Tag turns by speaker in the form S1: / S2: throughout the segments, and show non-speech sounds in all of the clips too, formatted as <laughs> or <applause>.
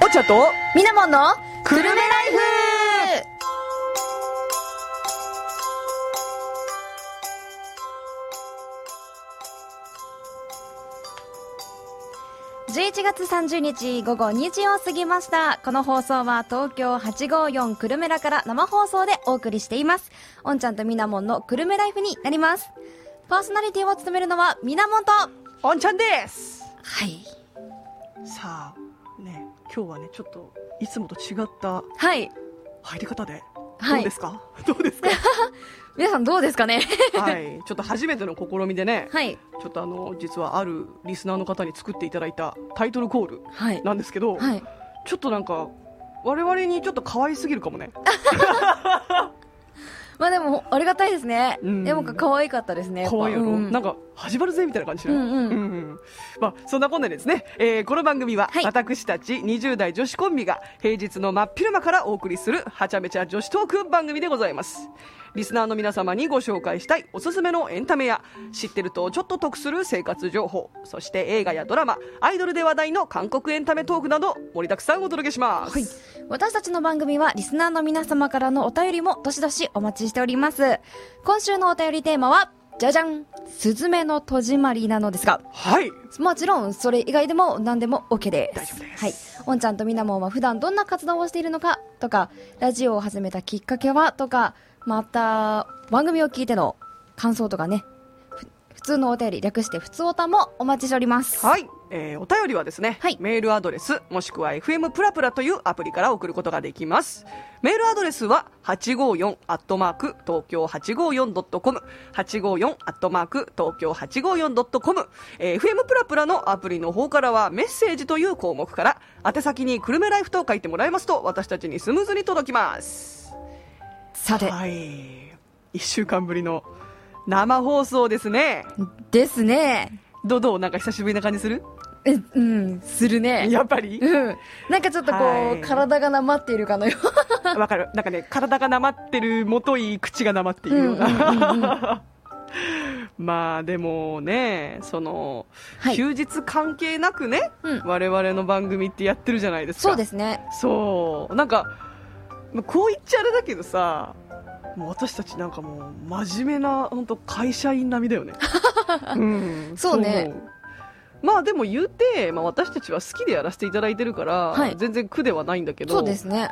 S1: お茶と
S2: みなもんの
S1: くるめライ
S2: イフ11月30日午後2時を過ぎました。この放送は東京854くるめらから生放送でお送りしています。おんちゃんとみなもんのくるめライフになります。パーソナリティを務めるのはみなもんと、は
S1: おんちゃんです
S2: い。
S1: さあね今日はねちょっといつもと違った
S2: はい。
S1: 入り方で、
S2: はい
S1: どうですか <laughs> どう
S2: <laughs>
S1: ですか
S2: 皆さんどうですかね
S1: はいちょっと初めての試みでね
S2: はい。
S1: ちょっとあの実はあるリスナーの方に作っていただいたタイトルコール
S2: はい。
S1: なんですけど、
S2: はい。
S1: ちょっとなんか我々にちょっと可愛すぎるかもね
S2: まあでも、ありがたいですね。
S1: うん
S2: でも、可愛かったですね。やっぱ
S1: 可愛いやろ、
S2: うん
S1: なんか始まるぜみたいな感じしない、
S2: うんうん
S1: んまあ、そんなこんなでですね、えーこの番組は
S2: はい
S1: 私たち20代女子コンビが平日の真っ昼間からお送りするはちゃめちゃ女子トーク番組でございますリスナーの皆様にご紹介したいおすすめのエンタメや知ってるとちょっと得する生活情報そして映画やドラマアイドルで話題の韓国エンタメトークなど盛りだくさんお届けします、
S2: はい。私たちの番組は、リスナーの皆様からのお便りも、どしどしお待ちしております。今週のお便りテーマは、じゃじゃんスズメの戸締まりなのですが、
S1: はい
S2: もちろん、それ以外でも何でも OK です。
S1: 大丈夫です
S2: はい。おんちゃんとみなもんは普段どんな活動をしているのかとか、ラジオを始めたきっかけはとか、また、番組を聞いての感想とかね、ふ普通のお便り、略して普通おたもお待ちしております。
S1: はい、えーお便りはですね、
S2: はい
S1: メールアドレスもしくは FM プラプラというアプリから送ることができますメールアドレスは854アットマーク東京 854.com 854アットマーク東京 854.com、えー FM プラプラのアプリの方からはメッセージという項目から宛先に久留米ライフと書いてもらいますと私たちにスムーズに届きます
S2: さて、
S1: はい1週間ぶりの生放送ですね
S2: ですね。
S1: どうどうなんか久しぶりな感じする
S2: えうん、するね。
S1: やっぱり
S2: うん。なんかちょっとこう、
S1: はい
S2: 体がなまっているかのよう
S1: <laughs> わかる。なんかね、体がなまってる、もとい口がなまっているような。
S2: な。うんうんうんうん
S1: <laughs> まあでもね、その、 <laughs>
S2: はい
S1: 休日関係なくね、
S2: うん
S1: 我々の番組ってやってるじゃないですか。
S2: そうですね。
S1: す。そう。なんか、まあこう言っちゃあれだけどさ、もう私たちなんかもう真面目な本当会社員並みだ
S2: <laughs>
S1: よね。うん
S2: そうね
S1: 思うまあでも言うて、まあ、私たちは好きでやらせていただいてるから、
S2: はい
S1: 全然苦ではないんだけど
S2: そうですね。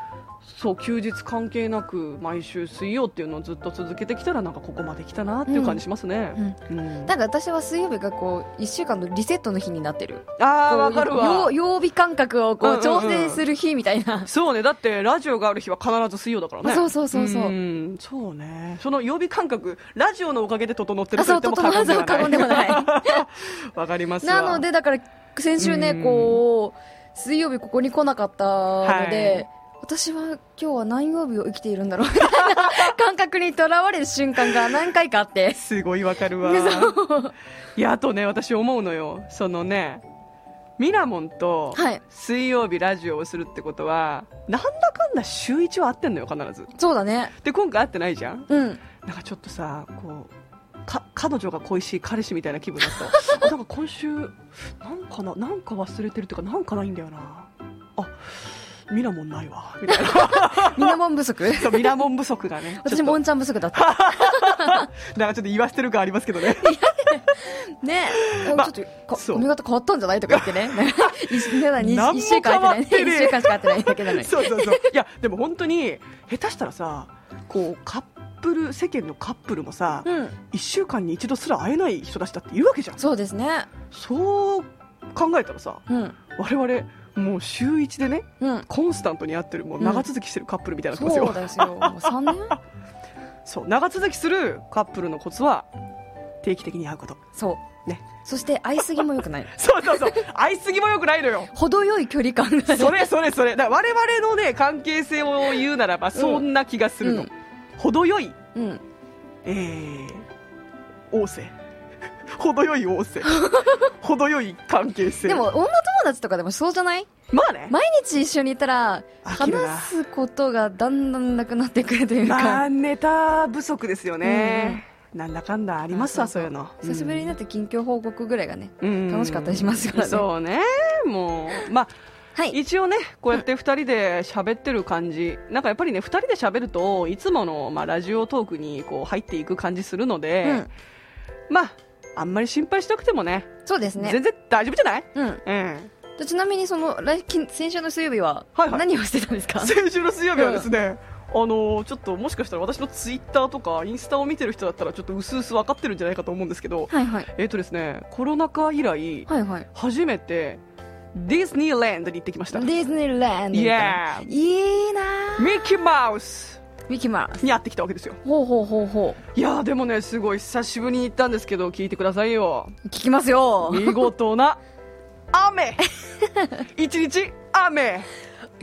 S1: そう休日関係なく毎週水曜っていうのをずっと続けてきたらなんかここまで来たなっていう感じしますね、うん
S2: なんか私は水曜日がこう、一週間のリセットの日になってる。
S1: ああ
S2: こう
S1: わかるわ
S2: 曜曜日感覚をこ
S1: うんう
S2: う
S1: んうん
S2: 調整する日みたいな。
S1: そうねだってラジオがある日は必ず水曜だからね
S2: あそうそうそうそうん
S1: そうねその曜日感覚ラジオのおかげで整ってる
S2: あ、
S1: と言
S2: そ
S1: っても
S2: う、ととま
S1: 過言
S2: ず
S1: では
S2: 過言では
S1: ない
S2: ない。
S1: <laughs> わかりますわ
S2: なので、だから、先週
S1: う
S2: ね、
S1: ん
S2: こう、水曜日ここに来なかったの
S1: は
S2: で
S1: い、
S2: 私は今日は何曜日を生きているんだろうみたいな <laughs> 感覚にとらわれる瞬間が何回かあって。
S1: すごいわかるわ
S2: <laughs> そう
S1: いやあとね私思うのよそのねミラモンと
S2: はい
S1: 水曜日ラジオをするってことは、なんだかんだ週1は会ってんのよ必ず
S2: そうだね。
S1: で今回会ってないじゃん
S2: うん。
S1: なんかちょっとさこうか彼女が恋しい彼氏みたいな気分だった <laughs> あなんか今週なんかななんか忘れてるっていうかなんかないんだよなあミラモンないわみたいな
S2: <laughs> みんなもん
S1: <laughs>
S2: 不足
S1: そうミラモン不足がね
S2: 私もおんちゃん不足だ
S1: <laughs>
S2: った。
S1: なんかちょっと言わせてる感ありますけどね
S2: ねえ、
S1: まあ
S2: ちょっと
S1: そう
S2: か髪型変わったんじゃないとか言ってね <laughs> 一まだに
S1: 何も
S2: 一週間空いてな
S1: 変わってねえ
S2: い一週間しか会ってないだけ <laughs> なの
S1: <laughs>
S2: に
S1: そうそうそういやでも本当に下手したらさこうカップル世間のカップルもさ、
S2: うん
S1: 一1週間に一度すら会えない人たちだって言うわけじゃん
S2: そうですね
S1: そう考えたらさ
S2: うん
S1: 我々もう週1でね
S2: うん
S1: コンスタントに会ってるもう長続きしてるカップルみたいになってますよ、
S2: そうですよもう3年
S1: そう長続きするカップルのコツは定期的に会うこと <laughs>
S2: そう
S1: ね
S2: そして会いすぎも良くない
S1: そうそうそう会いすぎもよくないの
S2: <laughs>
S1: よ
S2: 程よい距離感がね
S1: それそれそれだから我々のね関係性を言うならばそんな気がするの、
S2: うん
S1: 程よい
S2: うん
S1: えー、旺盛 <laughs> 程よい旺盛
S2: <laughs>
S1: 程よい関係性
S2: でも女友達とかでもそうじゃない
S1: まあね
S2: 毎日一緒にいたら
S1: 飽きるな
S2: 話すことがだんだんなくなってくるという
S1: ま
S2: か
S1: あネタ不足ですよね、なんだかんだありますわそういうの
S2: 久しぶりになって近況報告ぐらいがね
S1: うん
S2: 楽しかったりしますからね
S1: そうねもうまあ
S2: はい
S1: 一応ねこうやって2人で喋ってる感じ、なんかやっぱりね2人で喋るといつもの、まあ、ラジオトークにこう入っていく感じするので、
S2: うん
S1: まああんまり心配しなくてもね
S2: そうですね
S1: 全然大丈夫じゃない
S2: うん
S1: うん
S2: でちなみにその来近先週の水曜日は
S1: はいはい
S2: 何をしてたんですか、
S1: 先週の水曜日はですね、あのーちょっともしかしたら私のツイッターとかインスタを見てる人だったらちょっと薄々分かってるんじゃないかと思うんですけど、
S2: はいはい
S1: えっ、とですねコロナ禍以来
S2: はいはい
S1: 初めてディズニーランドに行ってきました
S2: ディズニーランド
S1: イ
S2: みたいな
S1: エーイ
S2: いいな
S1: ミッキーマウス
S2: ミキマウス
S1: にやってきたわけですよ
S2: ほうほうほうほ
S1: いやーでもねすごい久しぶりに行ったんですけど聞いてください
S2: <laughs>
S1: よ
S2: う聞きますよ
S1: 見事な
S2: <laughs>
S1: 雨一日雨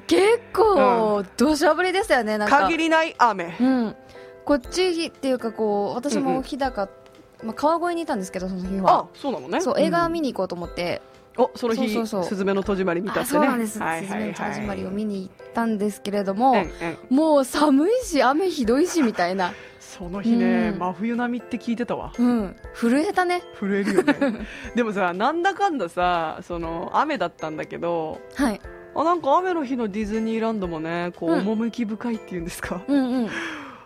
S2: 結構土砂降りでしたよねなんか
S1: 限りない雨
S2: うん、こっちっていうかこう私
S1: うんう
S2: も
S1: ん
S2: 日高、まあ、川越にいたんですけどその日
S1: あ
S2: は
S1: そうなのね
S2: そう映画見に行こうと思って、
S1: おその日
S2: そうそうそう
S1: スズメの戸締まり見たって
S2: あ
S1: ね
S2: そうなんです「すず
S1: はいはいは
S2: め
S1: い
S2: の戸締まり」を見に行ったんですけれども、
S1: うんうん
S2: もう寒いし雨ひどいしみたいな、
S1: その日ね、
S2: うん
S1: 真冬並みって聞いてたわ
S2: うん、震えたね
S1: 震えるよね
S2: <laughs>
S1: でもさなんだかんださその雨だったんだけど
S2: はい
S1: あなんか雨の日のディズニーランドもねこう、
S2: うん
S1: 趣深いっていうんですか
S2: うんうん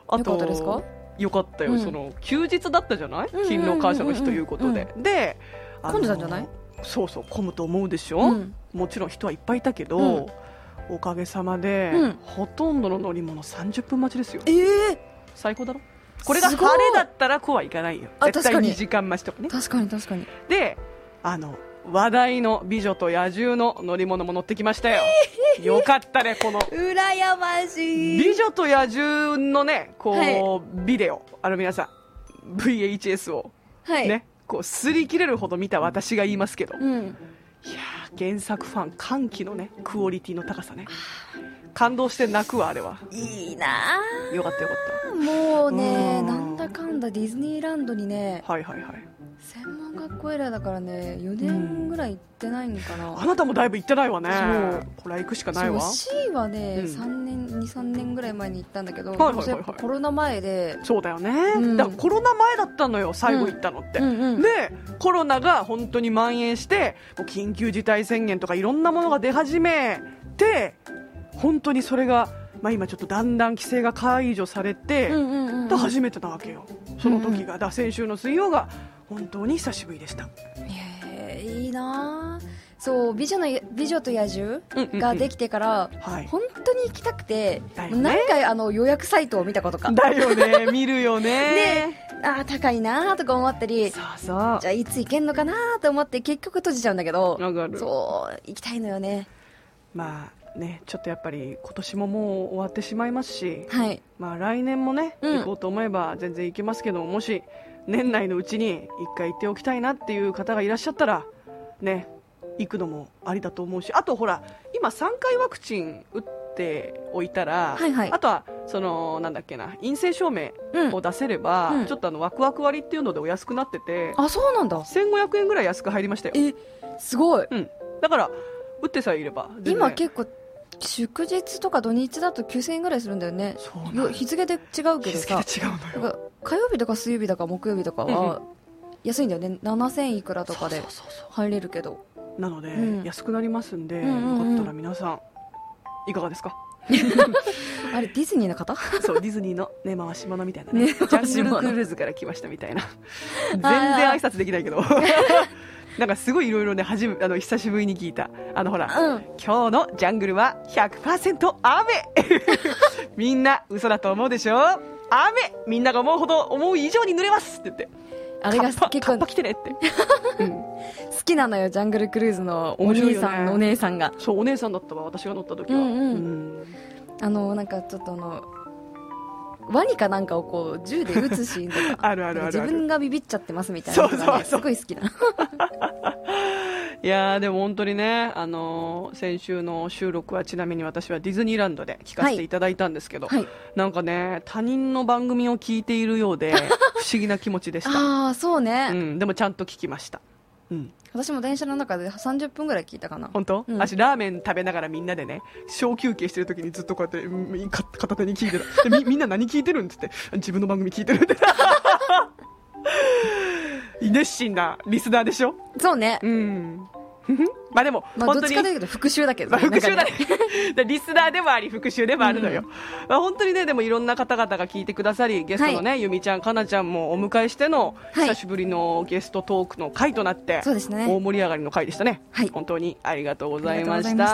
S1: あ
S2: よかったですか
S1: よかったよ、
S2: うん
S1: その休日だったじゃない
S2: うんうんうんうん
S1: 勤労感謝の日ということで、であの
S2: 混んでたんじゃない
S1: そうそう混むと思うでしょ、
S2: うん
S1: もちろん人はいっぱいいたけど、
S2: うん
S1: おかげさまで、
S2: うん
S1: ほとんどの乗り物30分待ちですよ
S2: えー、
S1: 最高だろこれが
S2: す
S1: 晴
S2: ごい
S1: れだったらこうはいかないよ
S2: あ
S1: 絶対
S2: 確かに
S1: 2時間待ちとかね
S2: 確かに確かに
S1: であの話題の「美女と野獣」の乗り物も乗ってきましたよ、よかったねこの
S2: 羨ましい
S1: 美女と野獣のね、こう、
S2: は
S1: ビデオ、あの皆さん、VHS を
S2: はい、
S1: ね、こう、擦り切れるほど見た私が言いますけど、い
S2: うん、
S1: やー原作ファン歓喜のね、クオリティの高さね。感動して泣くわ、あれは。
S2: いいな
S1: よかったよかっ
S2: あもうね
S1: うん
S2: なんだかんだディズニーランドにね
S1: た。はいはいはい。
S2: 専門学校以来だからね4年ぐらい行ってないのかな、
S1: あなたもだいぶ行ってないわね
S2: そう。
S1: これは行くしかないわ。
S2: そう C はね、
S1: うん
S2: 三年23年ぐらい前に行ったんだけど、
S1: はいはいはいはい
S2: やっぱコロナ前で、
S1: そうだよね。
S2: うん
S1: だからコロナ前だったのよ、最後行ったのって。
S2: うんうん
S1: でコロナが本当に蔓延してもう緊急事態宣言とかいろんなものが出始めて本当にそれが、まあ、今ちょっとだんだん規制が解除されて、
S2: うんうんうん、
S1: で初めてなわけよその時が、だから先週の水曜が本当に久しぶりでした、
S2: へえいいなあそう美女の美女と野
S1: う
S2: 獣
S1: んうんうん
S2: ができてから、
S1: はい、
S2: 本当に行きたくて、
S1: だよね
S2: もう何回あの予約サイトを見たことか
S1: だよね見るよ
S2: で
S1: ね
S2: あー高いなあとか思ったり
S1: そうそう
S2: じゃあいつ行けんのかなあと思って結局閉じちゃうんだけど
S1: わかる
S2: そう行きたいのよね
S1: まあねちょっとやっぱり今年ももう終わってしまいますし
S2: はい
S1: まあ、来年もね、
S2: うん
S1: 行こうと思えば全然行けますけどももし年内のうちに一回行っておきたいなっていう方がいらっしゃったらね行くのもありだと思うしあとほら今3回ワクチン打っておいたら、
S2: はいはい
S1: あとはそのなんだっけな陰性証明
S2: うん
S1: を出せれば、
S2: うん
S1: ちょっとあのワクワク割っていうのでお安くなってて、
S2: あそうなんだ
S1: 1500円ぐらい安く入りましたよ、
S2: えすごい
S1: うん、だから打ってさえいれば全然
S2: 今結構祝日とか土日だと9000円ぐらいするんだよね
S1: そうなの
S2: よ
S1: よ
S2: 日付で違うけ
S1: 日
S2: ど
S1: 付
S2: さ
S1: で違うのよ
S2: なんか火曜日とか水曜日だか木曜日とかは安いんだよね7000いくらとかで
S1: そうそうそうそう
S2: 入れるけど
S1: なので、
S2: うん
S1: 安くなりますんで、
S2: うんうんうん
S1: よかったら皆さんいかがですか <laughs>
S2: あれディズニーの方
S1: そうディズニーの、ね、回し物みたいなねジ
S2: ね
S1: ャング
S2: 回し
S1: ル
S2: 物
S1: クルーズから来ましたみ
S2: <laughs>
S1: たいな全然挨拶できないけど <laughs> なんかすごいいろいろね初めあの久しぶりに聞いたあのほら、
S2: うん
S1: 今日のジャングルは100%雨 <laughs> みんな嘘だと思うでしょ雨みんなが思うほど思う以上に濡れますって言って
S2: あれが
S1: カッパ
S2: 結
S1: カッ
S2: 構
S1: パ
S2: 好
S1: 来てねって
S2: <laughs> きなのよジャングルクルーズのお
S1: 面白いよね
S2: 兄さんのお姉さんが
S1: そうお姉さんだったわ私が乗った時は、
S2: うんうん
S1: ん
S2: あのなんかちょっとあのワニかなんかをこう銃で撃つシーンと
S1: <laughs>
S2: か
S1: あるあるあるある
S2: 自分がビビっちゃってますみたいなのが
S1: そ
S2: ね
S1: うそうそう
S2: すごい好きない
S1: やーでも本当にね、あのー先週の収録はちなみに私はディズニーランドで聞かせていただいたんですけど、
S2: はい
S1: なんかね他人の番組を聞いているよ
S2: <laughs>
S1: うで不思議な気持ちでした、
S2: ああそうね、
S1: うん、でもちゃんと聞きました、うん、
S2: 私も電車の中で30分ぐらい聞いたかな
S1: 本当、
S2: うん
S1: 私ラーメン食べながらみんなでね小休憩してる時にずっとこうやって、うんか片手に聞いてたでみみ <laughs> んな何聞いてるんって言って自分の番組聞いて
S2: <laughs>
S1: るって熱心なリスナーでしょ
S2: そうね
S1: うんまあでも、
S2: まあ、ど
S1: 本
S2: っ
S1: 当
S2: ち
S1: に
S2: かというと復讐だけど、
S1: まあ、復習だ
S2: 中
S1: ね <laughs> で
S2: で
S1: リスナーでもあり復習でもあるのよ、まあ、本当にねでもいろんな方々が聞いてくださりゲストのね、ゆみちゃんかなちゃんもお迎えしての、
S2: はい
S1: 久しぶりのゲストトークの回となって
S2: そうですね
S1: 大盛り上がりの回でしたね、
S2: はい
S1: 本当にありがとうございま
S2: あ
S1: し
S2: りがと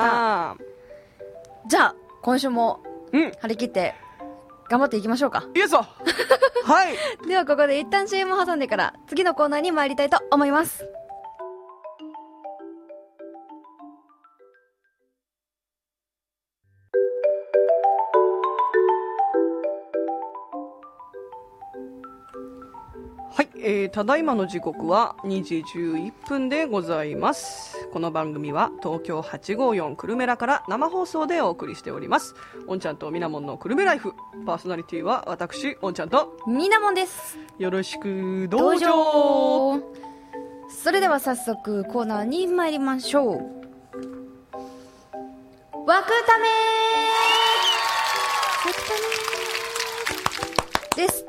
S1: た
S2: じゃあ今週も
S1: うん
S2: 張り切って頑張っていきましょうか
S1: イエス
S2: <laughs>
S1: はい
S2: ではここで一旦 CM を挟んでから次のコーナーに参りたいと思います
S1: はい、えーただいまの時刻は2時11分でございますこの番組は東京854久留米らから生放送でお送りしておりますおんちゃんとみなもんの久留米ライフパーソナリティは私おんちゃんと
S2: みなもんです
S1: よろしくど
S2: 登
S1: うぞ
S2: 場それでは早速コーナーに参りましょう枠ためです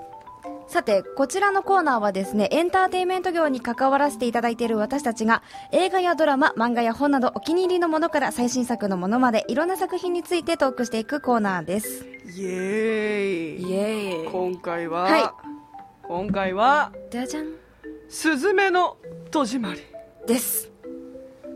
S2: さて、こちらのコーナーはですね、エンターテインメント業に関わらせていただいている私たちが、映画やドラマ、漫画や本などお気に入りのものから最新作のものまで、いろんな作品についてトークしていくコーナーです。
S1: イエーイ
S2: イエーイ。
S1: 今回は、
S2: は
S1: 今回は
S2: じゃじゃん。
S1: 「すずめの戸締まり
S2: です。」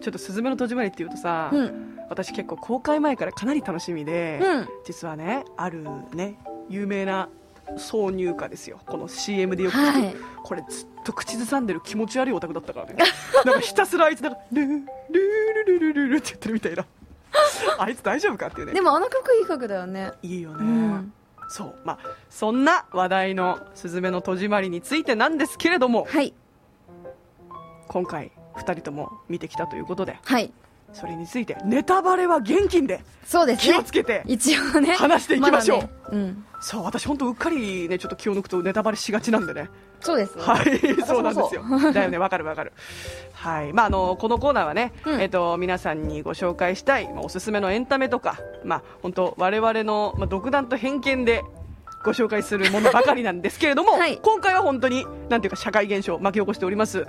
S1: ちょっと「すずめの戸締まり」っていうとさ、
S2: うん。
S1: 私結構公開前からかなり楽しみで、
S2: うん。
S1: 実はねあるね有名な挿入歌ですよこの CM でよく聞く、
S2: はい
S1: これずっと口ずさんでる気持ち悪いオタクだったからね <laughs> なんかひたすらあいつなんか「ルールールルルルル」って言ってるみたいな <laughs> あいつ大丈夫かっていうね
S2: でもあの曲いい曲だよね。
S1: いいよね、
S2: うん
S1: そうまあそんな話題の「すずめの戸締まり」についてなんですけれども
S2: はい。
S1: 今回2人とも見てきたということで
S2: はい。
S1: それについてネタバレは厳禁で
S2: そうです
S1: 気
S2: ね。
S1: をつけて
S2: 一応ね。
S1: 話していきましょう
S2: だねうん。
S1: そう私本当うっかりねちょっと気を抜くとネタバレしがちなんでね
S2: そうですね。
S1: はい、
S2: も
S1: そうなんですよ。だよね、わかるわかる。はい、まあ、あの、このコーナーはね、
S2: うん
S1: えっと、皆さんにご紹介したい、まあ、おすすめのエンタメとか。まあ、本当、我々の、まあ、独断と偏見で。ご紹介するものばかりなんですけれども、
S2: <laughs> はい
S1: 今回は本当に、なんていうか、社会現象を巻き起こしております。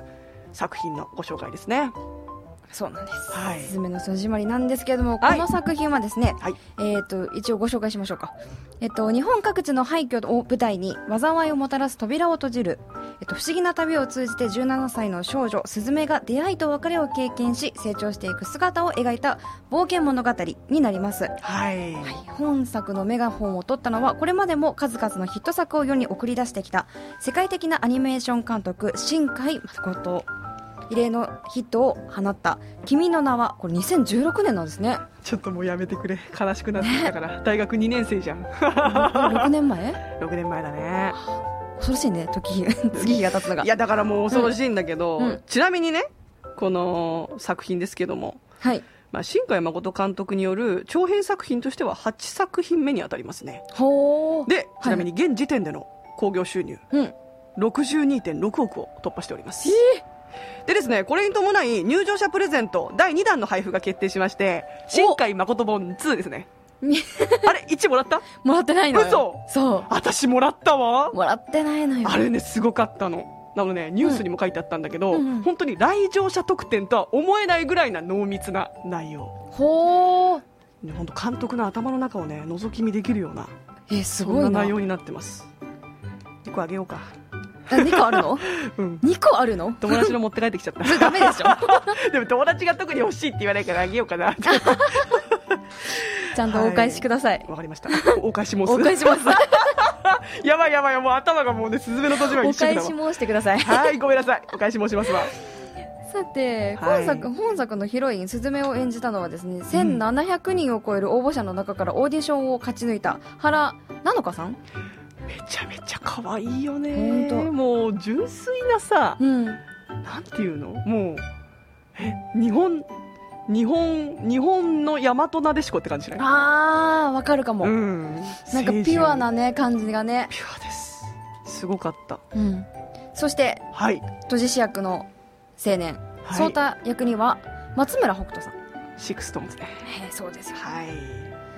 S1: 作品のご紹介ですね。
S2: そうなんです。
S1: はい
S2: すずめの戸締まりなんですけれども、
S1: はい
S2: この作品はですね、
S1: はい
S2: えっ、と、一応ご紹介しましょうか。えっ、と、日本各地の廃墟を舞台に、災いをもたらす扉を閉じる、えっ、と、不思議な旅を通じて17歳の少女、すずめが出会いと別れを経験し、成長していく姿を描いた冒険物語になります。
S1: はい。
S2: はい、本作のメガホンを取ったのはこれまでも数々のヒット作を世に送り出してきた世界的なアニメーション監督新海誠異例のヒットを放った「君の名は」これ2016年なんです <laughs> ね
S1: ちょっともうやめてくれ、悲しくなってきたから、大学2年生じゃん。
S2: 6年前
S1: 6年前だね。
S2: 恐ろしいね <laughs> 時日月日が経つのが
S1: いやだからもう恐ろしいんだけど、
S2: うんうん
S1: ちなみにねこの作品ですけども、
S2: はい
S1: まあ、新海誠監督による長編作品としては8作品目にあたりますね
S2: ほー
S1: でちなみに現時点での興行収入
S2: うん
S1: 62.6億を突破しておりますでですねこれに伴い入場者プレゼント第2弾の配布が決定しまして新海誠本2です
S2: <laughs>
S1: ね
S2: み
S1: あれ1もらった
S2: もらってないのよ
S1: 嘘
S2: そ
S1: 私もらったわ
S2: うもらってないのよ
S1: あれね、すごかったの。なのね、ニュースにも書いてあったんだけど、
S2: うんうんうん
S1: 本当に来場者特典とは思えないぐらいな濃密な内容。
S2: ほー
S1: ね本当監督の頭の中をね、覗き見できるような、
S2: えす
S1: そ
S2: ご
S1: んない
S2: な
S1: 内容になってます。一個あげようか。
S2: 2個あるの
S1: うん。
S2: 2個あるの
S1: 友達の持って帰ってきちゃっ
S2: それ <laughs> ダメでしょ
S1: た。 <laughs> でも友達が特に欲しいって言わないからあげようかなって。
S2: <laughs> ちゃんとお返しください、
S1: わかりました。お返し申
S2: お返
S1: す。
S2: します
S1: <laughs> やばいやばい、もう頭がもうね、すずめの戸締まり
S2: お
S1: 一色
S2: 返
S1: だ
S2: し
S1: わ。
S2: 申してください
S1: はい、ごめんなさい。お返し申しますわ。
S2: <laughs> さて
S1: はい
S2: 今作、本作のヒロインすずめを演じたのはですね1700人を超える応募者の中からオーディションを勝ち抜いた原なのかさん
S1: めちゃめちゃ可愛いよ
S2: 本
S1: ね。
S2: 当
S1: もう純粋なさ、
S2: うん
S1: なんていうのもうえ日本日本日本の大和なでしこって感じじゃない
S2: あーわかるかも、
S1: うん
S2: なんか
S1: 清純
S2: ピュアなね感じがね、
S1: ピュアですすごかった
S2: うん、そして
S1: はい、
S2: 都知事役の青年
S1: はい、
S2: 颯太、役には松村北斗さん
S1: シックストーンズね
S2: へえそうですよ
S1: はい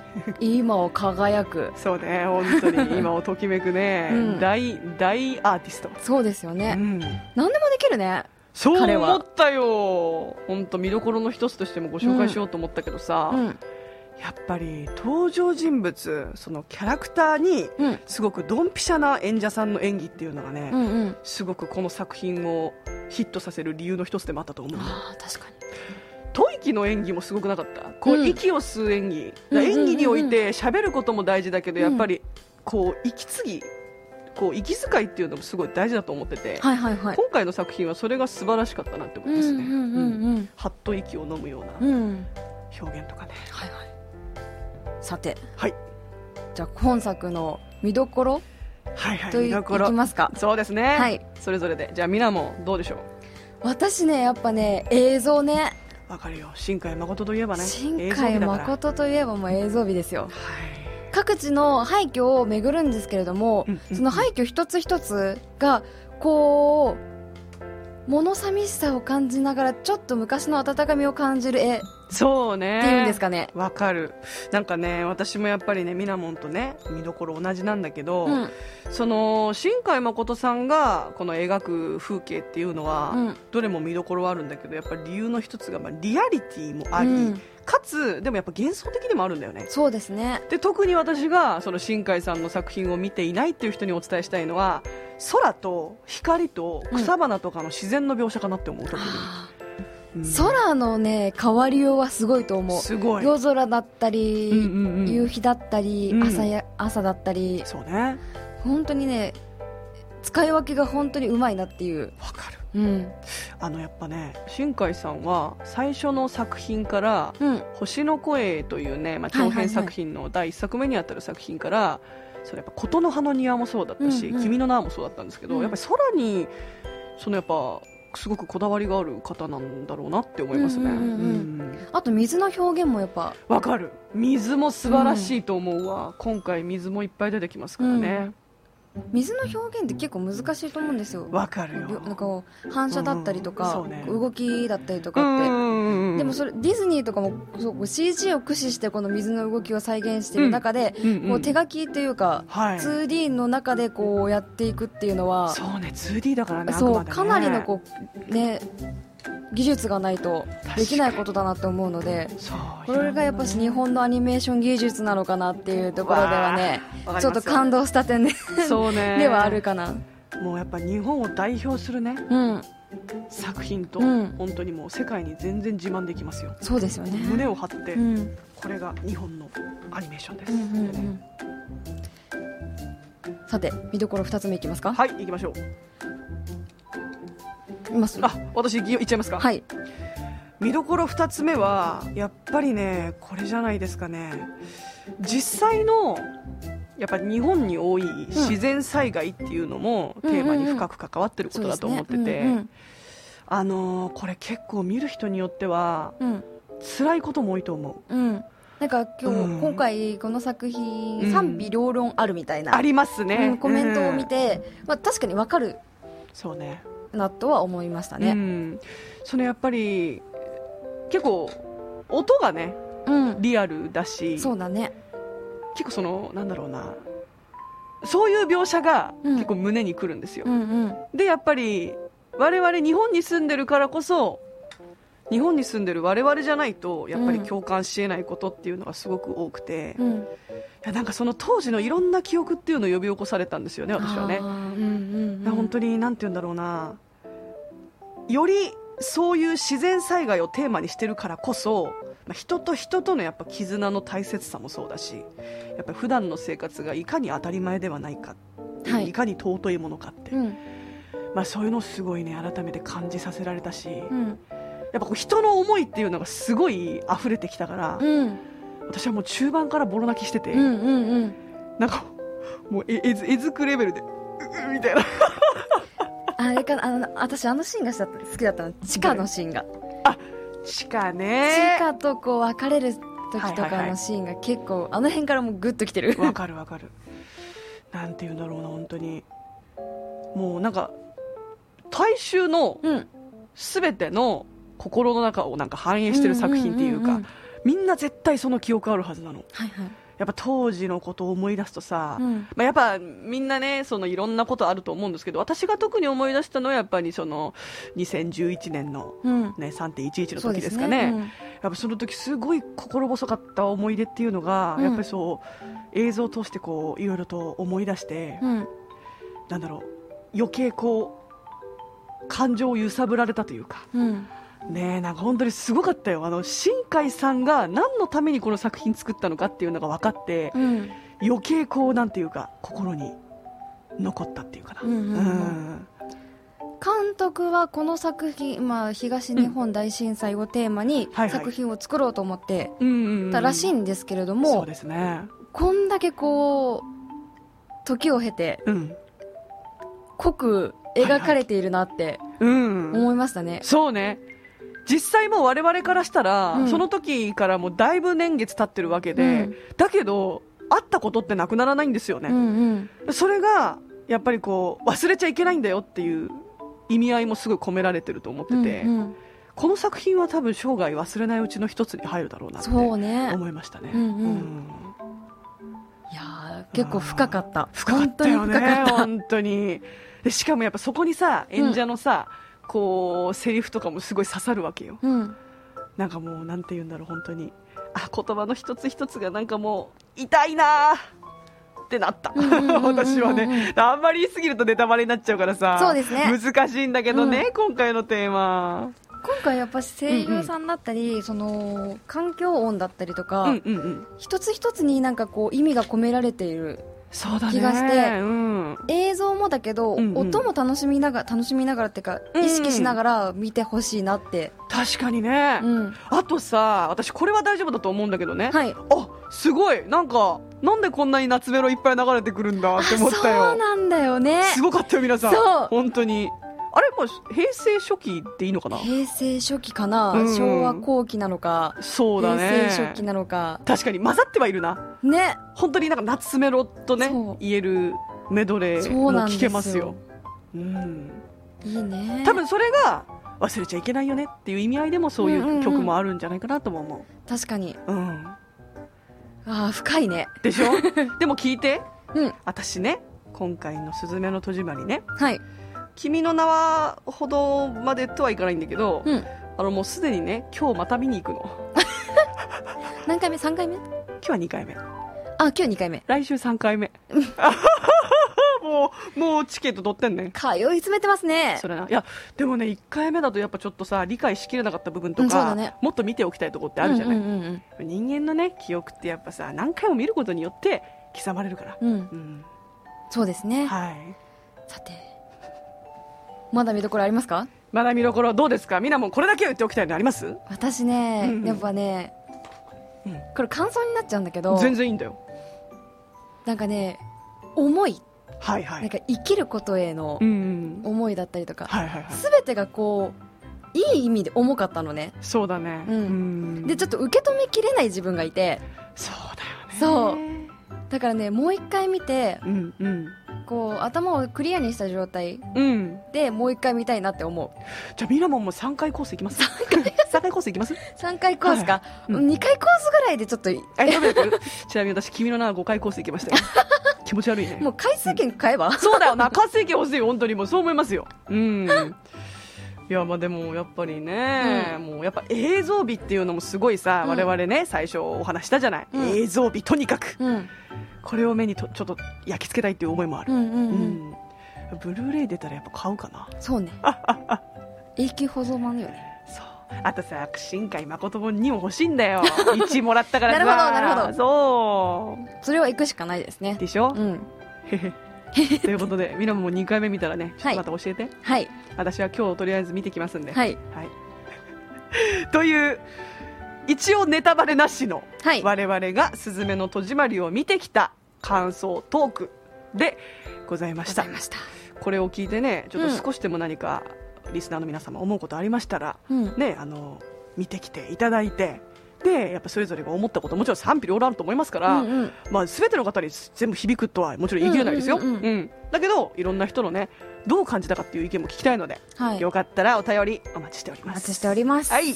S2: 今を輝く
S1: そうね本当
S2: <laughs>
S1: に今をときめくね、
S2: うん
S1: 大大アーティスト
S2: そうですよね、
S1: うん
S2: 何でもできるね
S1: そう
S2: 彼は
S1: 思ったよ本当見どころの一つとしてもご紹介しようと思ったけどさ、
S2: うん
S1: やっぱり登場人物そのキャラクターに
S2: うん
S1: すごくドンピシャな演者さんの演技っていうのがね、
S2: うんうん
S1: すごくこの作品をヒットさせる理由の一つでもあったと思う
S2: ああ確かに
S1: 吐息の演技もすごくなかったこ
S2: う
S1: うん息を吸う演技、
S2: うんうんうんうん
S1: 演技において喋ることも大事だけど、
S2: うん
S1: やっぱりこう息継ぎこう息遣いっていうのもすごい大事だと思ってて、
S2: はいはいはい
S1: 今回の作品はそれが素晴らしかったなって思
S2: う
S1: い
S2: んう
S1: ます
S2: ん
S1: ね、
S2: うん
S1: うん
S2: うん
S1: はっと息を飲むような
S2: うん
S1: 表現とかね、
S2: はいはいさて
S1: はい、
S2: じゃあ本作の見どころ
S1: はいはい
S2: とい
S1: 見
S2: い
S1: どこ
S2: き
S1: ろ
S2: ますか
S1: そうですね、
S2: はい
S1: それぞれでじゃあみなもんどうでしょう
S2: 私ねやっぱね映像ね
S1: わかるよ新海誠といえばね
S2: 新
S1: 映像美
S2: 海
S1: だからはい
S2: 誠といえばもう映像美ですよ各地の廃墟を巡るんですけれども、
S1: うんうん
S2: その廃墟一つ一つがこう物寂しさを感じながらちょっと昔の温かみを感じる絵っ
S1: そうね
S2: ていうんですかね、
S1: わかるなんかね私もやっぱりねみなもんとね見どころ同じなんだけど、
S2: うん
S1: その新海誠さんがこの描く風景っていうのは、
S2: うん
S1: どれも見どころはあるんだけどやっぱり理由の一つが、まあ、リアリティもあり、
S2: うん
S1: かつでもやっぱ幻想的でもあるんだよね
S2: そうですね
S1: で特に私がその新海さんの作品を見ていないっていう人にお伝えしたいのは空と光と草花とかの自然の描写かなって思う、特に、うん
S2: 空のね変わりようはすごいと思う
S1: すごい、
S2: 夜空だったり、
S1: うんうんうん
S2: 夕日だったり、
S1: うん
S2: 朝や朝だったり
S1: そうね
S2: 本当にね使い分けが本当にうまいなっていう、
S1: わかる
S2: うん
S1: あのやっぱね新海さんは最初の作品から
S2: うん、
S1: 「星の声」というね、まあ、
S2: はいはい
S1: 長編作品の第一作目にあたる作品から、それやっぱ「琴の葉の庭」もそうだったし「
S2: うんうん
S1: 君の名」もそうだったんですけど、
S2: うん
S1: やっぱり空にそのやっぱすごくこだわりがある方なんだろうなって思いますね。
S2: うんうんうんうん
S1: うん
S2: あと水の表現もやっぱ
S1: わかる水も素晴らしいと思うわ、今回水もいっぱい出てきますからね
S2: 水の表現って結構難しいと思うんですよ
S1: わ、かるよ
S2: よなんかこう反射だったりとか、
S1: うんうんそうね
S2: 動きだったりと
S1: うん
S2: かって、
S1: うんうんうん
S2: でもそれディズニーとかもそうこう CG を駆使してこの水の動きを再現している中で、
S1: うんうん
S2: こう手書きというか、
S1: はい
S2: 2D の中でこうやっていくっていうのは
S1: そうね 2D だからね
S2: そう
S1: あくまでね
S2: かなりのこう、ね、技術がないとできないことだなと思うので
S1: そう
S2: これがやっぱし日本のアニメーション技術なのかなっていうところではね
S1: わあ
S2: ちょっと感動した点で
S1: そうね
S2: <laughs> ではあるかな。
S1: もうやっぱ日本を代表するね
S2: うん
S1: 作品と、
S2: うん
S1: 本当にもう世界に全然自慢できますよ
S2: そうですよね。
S1: 胸を張って、
S2: うんうん
S1: これが日本のアニメーションです、
S2: うんうんさて見どころ二つ目いきますか。
S1: はい行きましょう
S2: います。
S1: あ私いっちゃいますか、
S2: はい。
S1: 見どころ2つ目はやっぱりねこれじゃないですかね実際のやっぱ日本に多い自然災害っていうのもテーマに深く関わってることだと思ってて、
S2: うん
S1: あのーこれ結構見る人によっては
S2: うんうん
S1: 辛いことも多いと思う
S2: うん。なんか今日、
S1: うん
S2: 今回この作
S1: う
S2: 品
S1: ん
S2: 賛否両論あるみたいな、
S1: ありますね、
S2: うんコメントを見
S1: うん
S2: て、まあ確かにわかる
S1: そうね
S2: なとは思いました
S1: う
S2: ね。
S1: んそのやっぱり結構音がね
S2: うん。
S1: リアルだし
S2: そうだね。
S1: 結構そのなんだろうなそういう描写が
S2: うん
S1: 結構胸にくるんですよ、
S2: うんうん。
S1: でやっぱり我々日本に住んでるからこそ日本に住んでる我々じゃないとやっぱり共感しえないことっていうのがすごく多くて、い
S2: うん。
S1: やなんかその当時のいろんな記憶っていうのを呼び起こされたんですよね私はね
S2: あーうんうん、うん。
S1: 本当になんて言うんだろうなよりそういう自然災害をテーマにしてるからこそ、まあ、人と人とのやっぱ絆の大切さもそうだしやっぱり普段の生活がいかに当たり前ではないか、
S2: はい
S1: い、かに尊いものかって、
S2: うん
S1: まあ、そういうのをすごいね改めて感じさせられたし、やっ
S2: うん
S1: ぱこう人の思いっていうのがすごい溢れてきたから、
S2: うん
S1: 私はもう中盤からボロ泣きしてて、
S2: うんうんうん。
S1: なんかもうええずえずくレベルでううみたいな
S2: あれかなあの私あのシーンがした好きだったの地下のシーンが、
S1: 地下ね
S2: 地下とこう別れる時
S1: は
S2: と
S1: いはい
S2: か
S1: はい
S2: のシーンが結構あの辺からもうグッときてる
S1: わかるわかるなんて言うんだろうな本当にもうなんか大衆の
S2: うん
S1: 全ての心の中をなんか反映してる作品っていうか、
S2: んんんん
S1: みんな絶対その記憶あるはずなの
S2: はいはい
S1: ややっぱ当時のことを思い出すとさ、
S2: うん
S1: まあ、やっぱみんなねそのいろんなことあると思うんですけど私が特に思い出したのはやっぱりその2011年の、
S2: うん
S1: ね、3.11の
S2: そう
S1: 時ですかねやっぱその時すごい心細かった思い出っていうのが、
S2: うん
S1: やっぱりそう映像を通してこういろいろと思い出して、
S2: うんうん
S1: なんだろう余計こう感情を揺さぶられたというか
S2: うん
S1: ねえなんか本当にすごかったよあの新海さんが何のためにこの作品作ったのかっていうのが分かって、
S2: うん
S1: 余計こうなんていうか心に残ったっていうかな、
S2: うんうんうん監督はこの作品、まあ、東日本大震災をテーマに
S1: はいはい
S2: 作品を作ろうと思って
S1: うんうんうん
S2: たらしいんですけれど
S1: そ
S2: も、
S1: うですね
S2: こんだけこう時を経て
S1: うん
S2: 濃く描かれているなって
S1: うん
S2: 思いましたね。
S1: そうね実際もう我々からしたら、
S2: うん
S1: その時からもうだいぶ年月経ってるわけで、
S2: うん
S1: だけど会ったことってなくならないんですよね、
S2: うんうん
S1: それがやっぱりこう忘れちゃいけないんだよっていう意味合いもすごい込められてると思ってて、
S2: うんうん
S1: この作品は多分生涯忘れないうちの一つに入るだろうなって
S2: そうね
S1: 思いましたね。
S2: うんうん
S1: うん
S2: いやー結構深かった
S1: 深かったよね
S2: 本当に深かった
S1: 本当にでしかもやっぱそこにさ演者のさ、こうセリフとかもすごい刺さるわけよ
S2: うん
S1: なんかもうなんて言うんだろう本当にあ言葉の一つ一つがなんかもう痛いなーってなった
S2: うんうんうんうんうん
S1: <laughs> 私はねあんまり言いすぎるとネタバレになっちゃうからさ
S2: そうですね
S1: 難しいんだけどね、今回のテーマ
S2: 今回やっぱ声優さんだったり、その環境音だったりとか、
S1: うんうんうん
S2: 一つ一つになんかこう意味が込められている
S1: そうだね
S2: 気がして
S1: うん、
S2: 映像もだけど、
S1: うんうん
S2: 音も楽しみながら楽しみながらっていうか、
S1: うんうん
S2: 意識しながら見てほしいなって、
S1: 確かにね、
S2: うん、
S1: あとさ私これは大丈夫だと思うんだけどね、
S2: はい
S1: あすごいなんかなんでこんなに夏メロいっぱい流れてくるんだって思った
S2: あそう
S1: よ
S2: なんだよね
S1: すごかったよ皆さん
S2: そう
S1: 本当にあれもう平成初期っていいのかな
S2: 平成初期かな、
S1: うんうん
S2: 昭和後期なのか、
S1: そうだ
S2: 平
S1: ね
S2: 成初期なのか
S1: 確かに混ざってはいるな
S2: ね
S1: 本当になんか夏メロとね
S2: そう
S1: 言えるメドレー
S2: そう
S1: も
S2: なんです
S1: 聞
S2: よ
S1: けますようん
S2: いいね
S1: 多分それが忘れちゃいけないよねっていう意味合いでもそうい
S2: んうんう
S1: うん曲もあるんじゃないかなとも思
S2: 確かに
S1: う、うん、
S2: ああ深いね
S1: で
S2: <laughs>
S1: しょでも聞いて
S2: うん
S1: 私ね今回の「すずめの戸締まりね」
S2: はい
S1: 君の名は」ほどまでとはいかないんだけど、
S2: うん
S1: あのもうすでにね今日また見に行くの
S2: 何回目3回目
S1: 今日は2回目
S2: あ今日2回目
S1: 来週3回目もうもうチケット取ってんね
S2: 通い詰めてますね
S1: <laughs> それないやでもね1回目だとやっぱちょっとさ理解しきれなかった部分と
S2: うんそう
S1: か、
S2: だね
S1: もっと見ておきたいとこってあるじゃない、
S2: うんうん
S1: 人間のね記憶ってやっぱさ何回も見ることによって刻まれるから、
S2: うん、うん、
S1: うん、
S2: そうですね、
S1: はい
S2: さてまだ見どころありますか
S1: まだ見どころどうですかみなもんこれだけは言っておきたいのあります
S2: 私ね、
S1: うんうん
S2: やっぱね、
S1: うん
S2: これ感想になっちゃうんだけど
S1: 全然いいんだよ
S2: なんかね思い
S1: はいは
S2: なん
S1: い
S2: か生きることへの
S1: うんうん
S2: 思いだったりとか、
S1: はいはいはい
S2: すべ全てがこういい意味で重かったのね
S1: そうだね
S2: うん
S1: ん
S2: でちょっと受け止めきれない自分がいて
S1: そうだよね
S2: そうだからねもう一回見て
S1: うんうん
S2: こう頭をクリアにした状態
S1: うん
S2: でもう一回見たいなって思う
S1: じゃあミラモンも3回コースいきます3回コースいきます
S2: 3回コースか、
S1: いはいうん
S2: 2回コースぐらいでちょっと
S1: あダメだったちなみに私君の名は5回コースいきました
S2: <laughs>
S1: よ気持ち悪いね
S2: もう回数券買えば、
S1: そうだよな、完成形欲しいよ、本当にもう、そう思いますよ。うん。いや、まあでも、やっぱりね、もうやっぱ映像美っていうのもすごいさ、
S2: うん
S1: 我々ね、最初お話したじゃない。
S2: うん
S1: 映像美、とにかく。
S2: うん、
S1: これを目にとちょっと焼き付けたいっていう思いもあ
S2: う
S1: る。
S2: んうん
S1: う
S2: うん、
S1: ん。ブルーレイ出たらやっぱ買うかな。
S2: そうね <laughs> 永久保存版だよね
S1: そう。あとさ、新海誠本にも欲しいんだ
S2: <laughs>
S1: よ。1もらったからさ。
S2: なるほどなるほ
S1: ど。そ
S2: それは行くしかないですね
S1: う。でしょ、
S2: うん
S1: へへ <laughs> ということで、みなもも2回目見たらね、ちょっとまた教えて。
S2: はい
S1: 私は今日とりあえず見てきますんで。
S2: はい
S1: はい、 <laughs> という一応ネタバレなしの
S2: はい
S1: 我々が「すずめの戸締まり」を見てきた感想トークでございま
S2: ご
S1: し
S2: ざ
S1: た
S2: いました
S1: これを聞いてねちょっ
S2: う
S1: と
S2: ん
S1: 少しでも何かリスナーの皆様思うことありましたら、
S2: うん
S1: ねあの見てきていただいてでやっぱそれぞれが思ったこともちろん賛否両論あると思いますから、
S2: うんうん
S1: まあ、全ての方に全部響くとはもちろん言い切れないですよ、
S2: うんうんうんうん
S1: うんだけどいろんな人のねどう感じたかっていう意見も聞きたいので、
S2: はい
S1: よかったらお便りお待ちしており
S2: お
S1: ます
S2: 待ちしております
S1: はい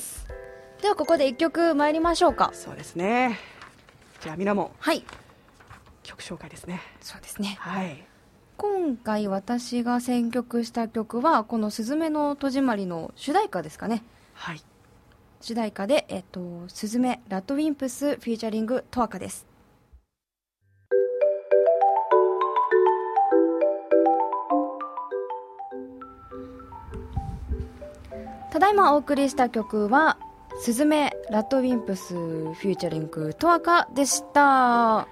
S2: ではここで一曲参りましょうか
S1: そうですね。じゃあみなもん
S2: はい。
S1: 曲紹介ですね
S2: そうですね。
S1: はい
S2: 今回私が選曲した曲は、このすずめの戸締まりの主題歌ですかね。
S1: はい
S2: 主題歌で、えっと、すずめ、ラッドウィンプス、フィーチャリング、トワカです。ただいまお送りした曲は、すずめ、ラッドウィンプス、フューチャリング、トワカでした。
S1: いや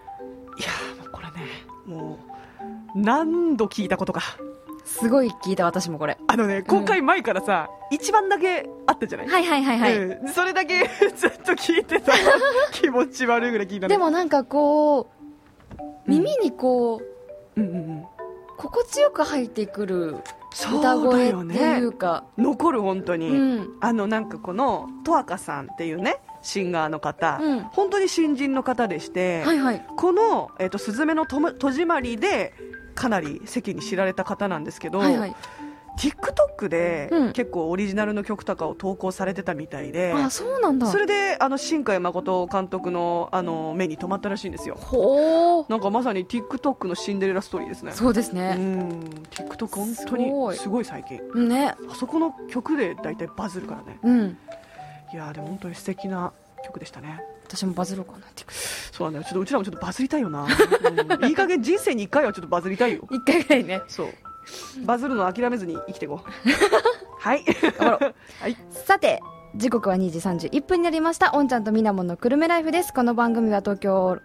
S1: ーもうこれねもう何度聞いたことか
S2: すごい聞いた私もこれ。
S1: あのね公開前からさ、一番だけあったじゃない
S2: はいはいはいはい。
S1: うんそれだけ <laughs> ずっと聞いて
S2: <laughs>
S1: た気持ち悪いぐらい聞いたの
S2: でもなんかこう、
S1: うん
S2: 耳にこう、
S1: うんうんうん
S2: 心地よく入ってくる
S1: そうだ
S2: 歌声って
S1: よね
S2: いうか。
S1: 残る本当に、
S2: うん。
S1: あのなんかこの十和さんっていうねシンガーの方、
S2: うん
S1: 本当に新人の方でして、
S2: はいはい。
S1: この「えっとすずめのとも戸締まり」でかなり世間に知られた方なんですけど、
S2: はいはい。
S1: TikTok で
S2: うん
S1: 結構オリジナルの曲とかを投稿されてたみたいで、
S2: あ、そうなんだ。
S1: それであの新海誠監督のあの目に留まったらしいんですよ
S2: ほー。
S1: なんかまさに TikTok のシンデレラストーリーですね
S2: そうです
S1: う
S2: ね。
S1: ん TikTok 本当
S2: すごい
S1: にすごい最近
S2: ね。
S1: あそこの曲で大体バズるからね
S2: うん。
S1: いやーでも本当に素敵な曲でしたね
S2: 私もバズろうかなって。
S1: そうなんだよちょっとうちらもちょっとバズりたいよな、うんいい加減人生に1回はちょっとバズりたいよ
S2: 一回ぐらいね。
S1: そうバズるの諦めずに生きていこうはい
S2: 頑張ろう。
S1: はい
S2: さて。時刻は2時31分になりました。おんちゃんとみなもんのくるめライフです。この番組は東京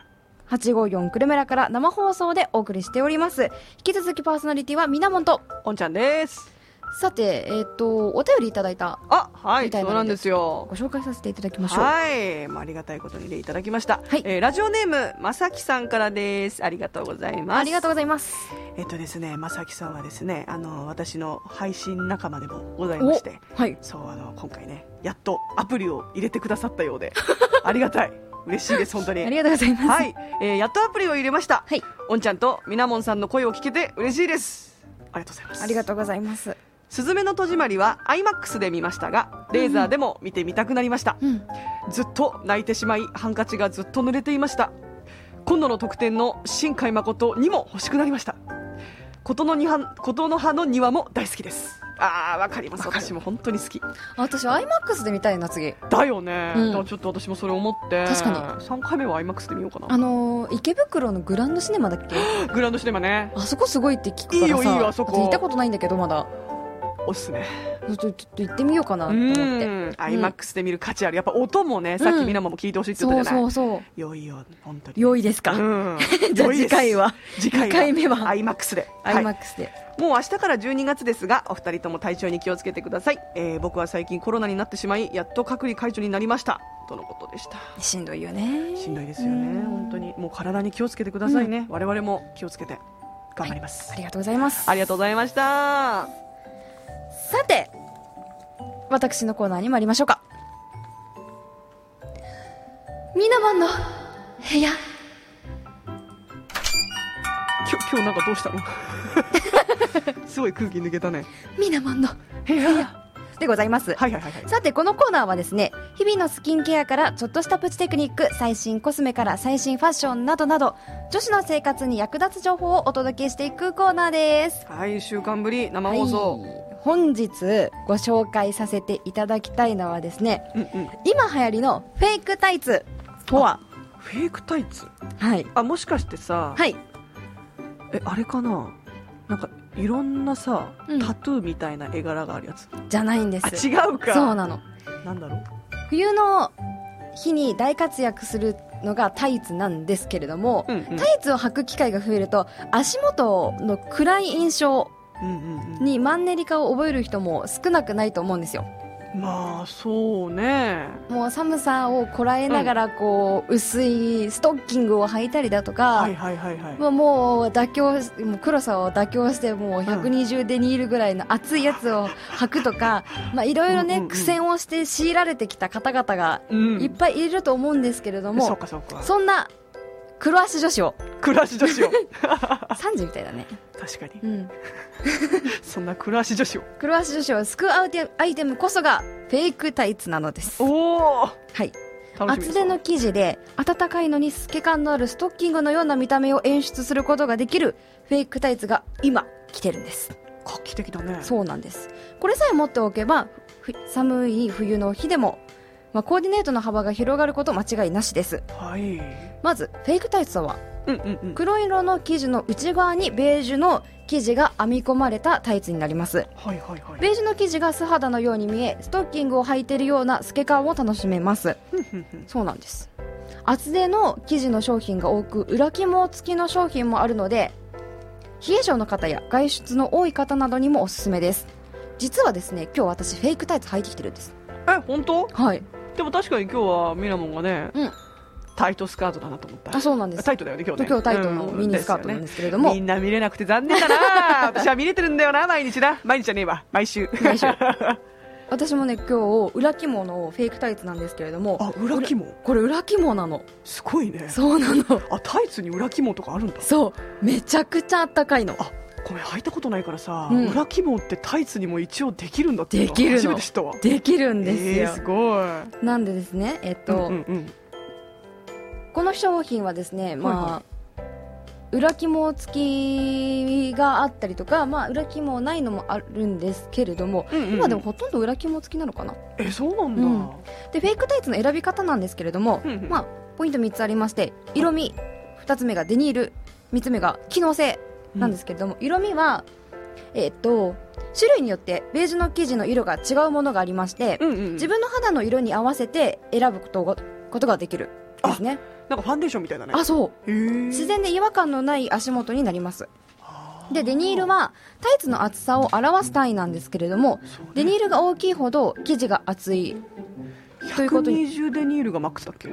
S2: 854くるめらから生放送でお送りしております。引き続きパーソナリティはみなもんと。
S1: おんちゃんです
S2: さて、えっ、と、お便りいただいた
S1: あは
S2: み
S1: い
S2: たい
S1: そ
S2: なので
S1: うなんですよ
S2: ご紹介させていただきましょう。
S1: はい、まあ、ありがたいことにねいただきました、
S2: はい
S1: えーラジオネームまさきさんからですありがとうございます
S2: ありがとうございます。
S1: えっとですねまさきさんはですねあの私の配信仲間でもございまして
S2: はい。
S1: そうあの今回ねやっとアプリを入れてくださったよう
S2: <laughs>
S1: でありがたい嬉しいです本当に
S2: ありがとうございます。
S1: はい、えーやっとアプリを入れました、
S2: はい
S1: おんちゃんとみなもんさんの声を聞けて嬉しいですありがとうございます
S2: ありがとうございます。
S1: すずめの戸締まりは iMAX で見ましたがレーザーでも見てみたくなりました、
S2: うん。
S1: ずっと泣いてしまいハンカチがずっと濡れていました今度の特典の新海誠にも欲しくなりました琴の二葉琴の葉の庭も大好きですあーわかります
S2: わかる
S1: 私も本当に好き
S2: 私、IMAX で見たいな、次。
S1: だよね、
S2: うん
S1: だからちょっと私もそれ思って
S2: 確か
S1: 3回目は iMAX で見ようかな
S2: あのー、池袋のグランドシネマだ
S1: <gasps>
S2: っけ
S1: グランドシネマね
S2: あそこすごいって聞く
S1: い
S2: からさ。
S1: いよいいよあそこ
S2: 私行ったことないんだけど、まだ。
S1: おすすめ
S2: ちょっとちょっと行ってみようかなと思って。
S1: うん IMAX で見る価値あるやっぱ音もねさっきみなもも聞いてほしいって言
S2: そ
S1: っ
S2: う
S1: たじゃない、
S2: そうそう。
S1: 良いよ本当に
S2: 良いですか、
S1: うん、
S2: <laughs> じゃあ
S1: 良い
S2: 次
S1: です
S2: 回は、
S1: 次回
S2: 2回目は
S1: IMAX で、はい
S2: IMAX で。
S1: もう明日から12月ですがお二人とも体調に気をつけてください、えー僕は最近コロナになってしまいやっと隔離解除になりましたとのことでした
S2: しんどいよね。
S1: しんどいですよね
S2: うん
S1: 本当にもう体に気をつけてくださいね、我々も気をつけて頑張ります、
S2: ありがとうございます。
S1: ありがとうございました
S2: さて、私のコーナーに参りましょうか。みなもんの部屋。
S1: きょ今日なんかどうした <laughs> のすごい空気抜けたね
S2: みなもんの
S1: 部屋は
S2: でございます。
S1: いはいはいはい
S2: さて、このコーナーはですね、日々のスキンケアからちょっとしたプチテクニック、最新コスメから最新ファッションなどなど、女子の生活に役立つ情報をお届けしていくコーナーです。
S1: はい1週間ぶり生放送、
S2: はい本日ご紹介させていただきたいのはですね、
S1: うんうん
S2: 今流行りのフェイクタイツとは、
S1: フェイクタイツ
S2: はい。
S1: あもしかしてさ、
S2: はい。
S1: えあれかななんかいろんなさ、
S2: うん
S1: タトゥーみたいな絵柄があるやつ
S2: じゃないんです。
S1: あ違うか
S2: そうなの。
S1: なんだろう
S2: 冬の日に大活躍するのがタイツなんですけれども、
S1: うんうん
S2: タイツを履く機会が増えると足元の暗い印象
S1: うんうん
S2: にマンネリ化を覚える人も少なくないと思うんですよ
S1: うん、まあそうね
S2: もう寒さをこらえながらこう、薄いストッキングを履いたりだとか、
S1: はいはいはいはい
S2: もうもう妥協しもう黒さを妥協してもう120デニールぐらいの熱いやつを履くとか、まあ、いろいろ
S1: う
S2: ね
S1: んうんうん
S2: 苦戦をして強いられてきた方々が
S1: うん
S2: いっぱいいると思うんですけれども、
S1: そうかそうか
S2: そんな黒足女子を
S1: 暮らし女子を
S2: 3時みたいだね、
S1: 確かに
S2: うん、
S1: そんな暮らし女子を
S2: 黒足女子を救うアイテムアイテムこそがフェイクタイツなのです
S1: おお
S2: はい
S1: 楽しみで
S2: 厚
S1: す
S2: 手の生地で暖かいのに透け感のあるストッキングのような見た目を演出することができるフェイクタイツが今来てるんです
S1: 画期的だね
S2: そうなんですこれさえ持っておけばふ寒い冬の日でも、まあ、コーディネートの幅が広がること間違いなしです
S1: はい
S2: まずフェイクタイツとは
S1: うんうんうん
S2: 黒色の生地の内側にベージュの生地が編み込まれたタイツになります
S1: はいはいはい
S2: ベージュの生地が素肌のように見えストッキングを履いているような透け感を楽しめます
S1: うんうんうん
S2: そうなんです厚手の生地の商品が多く裏肝付きの商品もあるので冷え性の方や外出の多い方などにもおすすめです実はですね今日私フェイクタイツ履いてきてるんです
S1: え本当
S2: はい
S1: でも確かに今日はミラモンがね、
S2: うん
S1: タイトスカートだなと思った
S2: あそうなんです
S1: タイトだよね今日ね
S2: 今日タイトのミニスカートなんですけれども、
S1: うんみんな見れなくて残念だな
S2: <laughs>
S1: 私は見れてるんだよな毎日な毎日じゃねえわ毎週
S2: 毎週私もね今日裏肝のフェイクタイツなんですけれども
S1: あ裏肝
S2: これ裏肝なの
S1: すごいね
S2: そうなの
S1: あタイツに裏肝とかあるんだ
S2: そうめちゃくちゃあったかいの
S1: これ履いたことないからさ、
S2: うん
S1: 裏肝ってタイツにも一応できるんだっていう
S2: できるの
S1: 初めて知ったわ
S2: できるんです
S1: えー、
S2: よ
S1: す、ごい
S2: なんでですねえっと、
S1: うんうんうん
S2: この商品はですね、まあ
S1: はいは
S2: 裏肝付きがあったりとか、まあ、裏肝ないのもあるんですけれども、
S1: うんうんうん
S2: 今でもほとんど裏肝付きなのかな
S1: えそうなんだ、
S2: うんでフェイクタイツの選び方なんですけれども、
S1: うんうん
S2: まあ、ポイント3つありまして色味2つ目がデニール3つ目が機能性なんですけれども、色味は、えっと種類によってベージュの生地の色が違うものがありまして、
S1: うんうん、
S2: 自分の肌の色に合わせて選ぶことがことができるですね
S1: なんかファンデーションみたいだね
S2: あそう
S1: へー
S2: 自然で違和感のない足元になります
S1: あー
S2: でデニールはタイツの厚さを表す単位なんですけれども
S1: そうね
S2: デニールが大きいほど生地が厚いということに
S1: 120デニールがマックスだっけ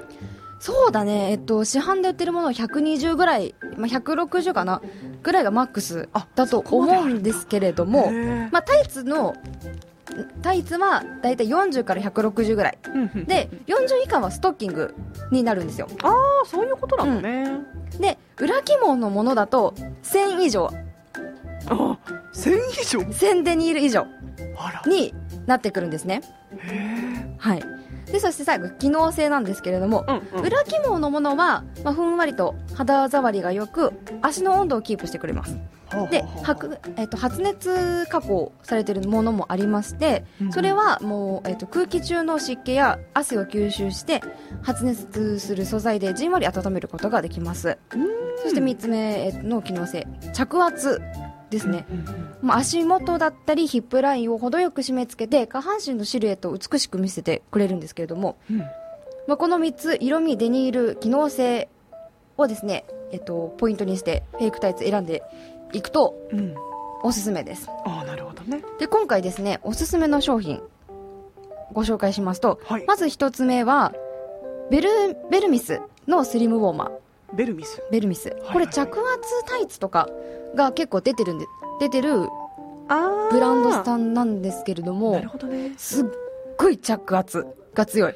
S2: そうだね、えっと、市販で売ってるものは120ぐらい、まあ、160かなぐらいがマックスだと思うんですけれども
S1: へー
S2: まあ、タイツのタイツはだいたい40から160ぐらい
S1: うんうん
S2: で40以下はストッキングになるんですよ
S1: ああそういうことなんだね、
S2: で裏肝のものだと1000以上
S1: あ1000以上
S2: 1000デニール以上
S1: あら
S2: になってくるんですねはいでそして最後機能性なんですけれども、
S1: うんうん
S2: 裏起毛のものは、まあ、ふんわりと肌触りがよく足の温度をキープしてくれますではく、えっと発熱加工されているものもありまして
S1: うんうん
S2: それはもう、えっと空気中の湿気や汗を吸収して発熱する素材でじんわり温めることができますそして3つ目の機能性着圧ですね
S1: うんうん
S2: まあ、足元だったりヒップラインを程よく締め付けて下半身のシルエットを美しく見せてくれるんですけれども、
S1: うん
S2: まあ、この3つ色味デニール機能性をですね、えっと、ポイントにしてフェイクタイツ選んでいくと
S1: うん
S2: おすすめです
S1: ああなるほどね
S2: で今回ですねおすすめの商品ご紹介しますと
S1: はい
S2: まず1つ目はベルベルミスのスリムウォーマー
S1: ベルミス
S2: ベルミス
S1: はい
S2: これ着圧タイツとかが結構出てるんで出てる
S1: あ
S2: ブランド
S1: ー
S2: さんなんですけれども
S1: なるほどね
S2: すっごい着圧が強い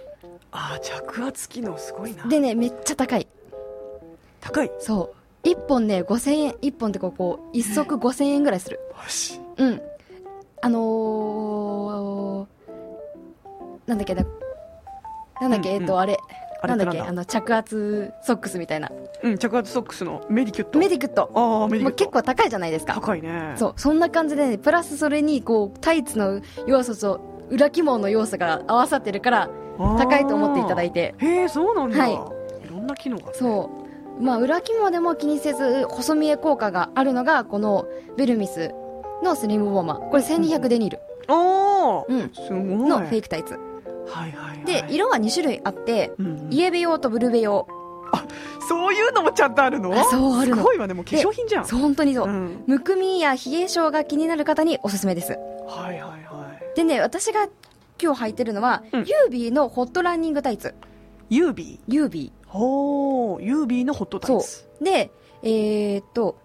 S1: ああ着圧機能すごいな
S2: でねめっちゃ高い
S1: 高い
S2: そう1本ね5000円1本ってこうこう1足5000円ぐらいする
S1: マジ
S2: うんあのー、なんだっけななんだっけ、
S1: うんうん
S2: えっとあれ
S1: あれ
S2: な
S1: っ
S2: ん
S1: て
S2: だっけあの着圧ソックスみたいな
S1: うん着圧ソックスのメディキュット
S2: メディクット
S1: ああメディ
S2: も
S1: キ
S2: う
S1: ュット
S2: 結構高いじゃないですか
S1: 高いね
S2: そうそんな感じでねプラスそれにこうタイツの要素と裏起毛の要素が合わさってるから高いと思っていただい
S1: て
S2: て
S1: へえそうなんだ
S2: はい
S1: いろんな機能がう
S2: そう、まあ、裏起毛でも気にせず細見え効果があるのがこのベルミスのスリムウォーマーこれ1200デニール、
S1: おお
S2: うん
S1: すごい
S2: のフェイクタイツ
S1: はいはいはい
S2: で色は2種類あって
S1: うんうん
S2: イエベ用とブルベ用
S1: そういうのもちゃんとあるの
S2: あそうあるの
S1: すごいわねもう化粧品じゃん
S2: そう本当にそう、
S1: うん
S2: むくみや冷え性が気になる方におすすめです
S1: はいはいはい
S2: でね私が今日履いてるのは、
S1: うん
S2: ユービーのホットランニングタイツ
S1: ユービ
S2: ユービ
S1: ーおーユービーのホットタイツ
S2: ーでえーっと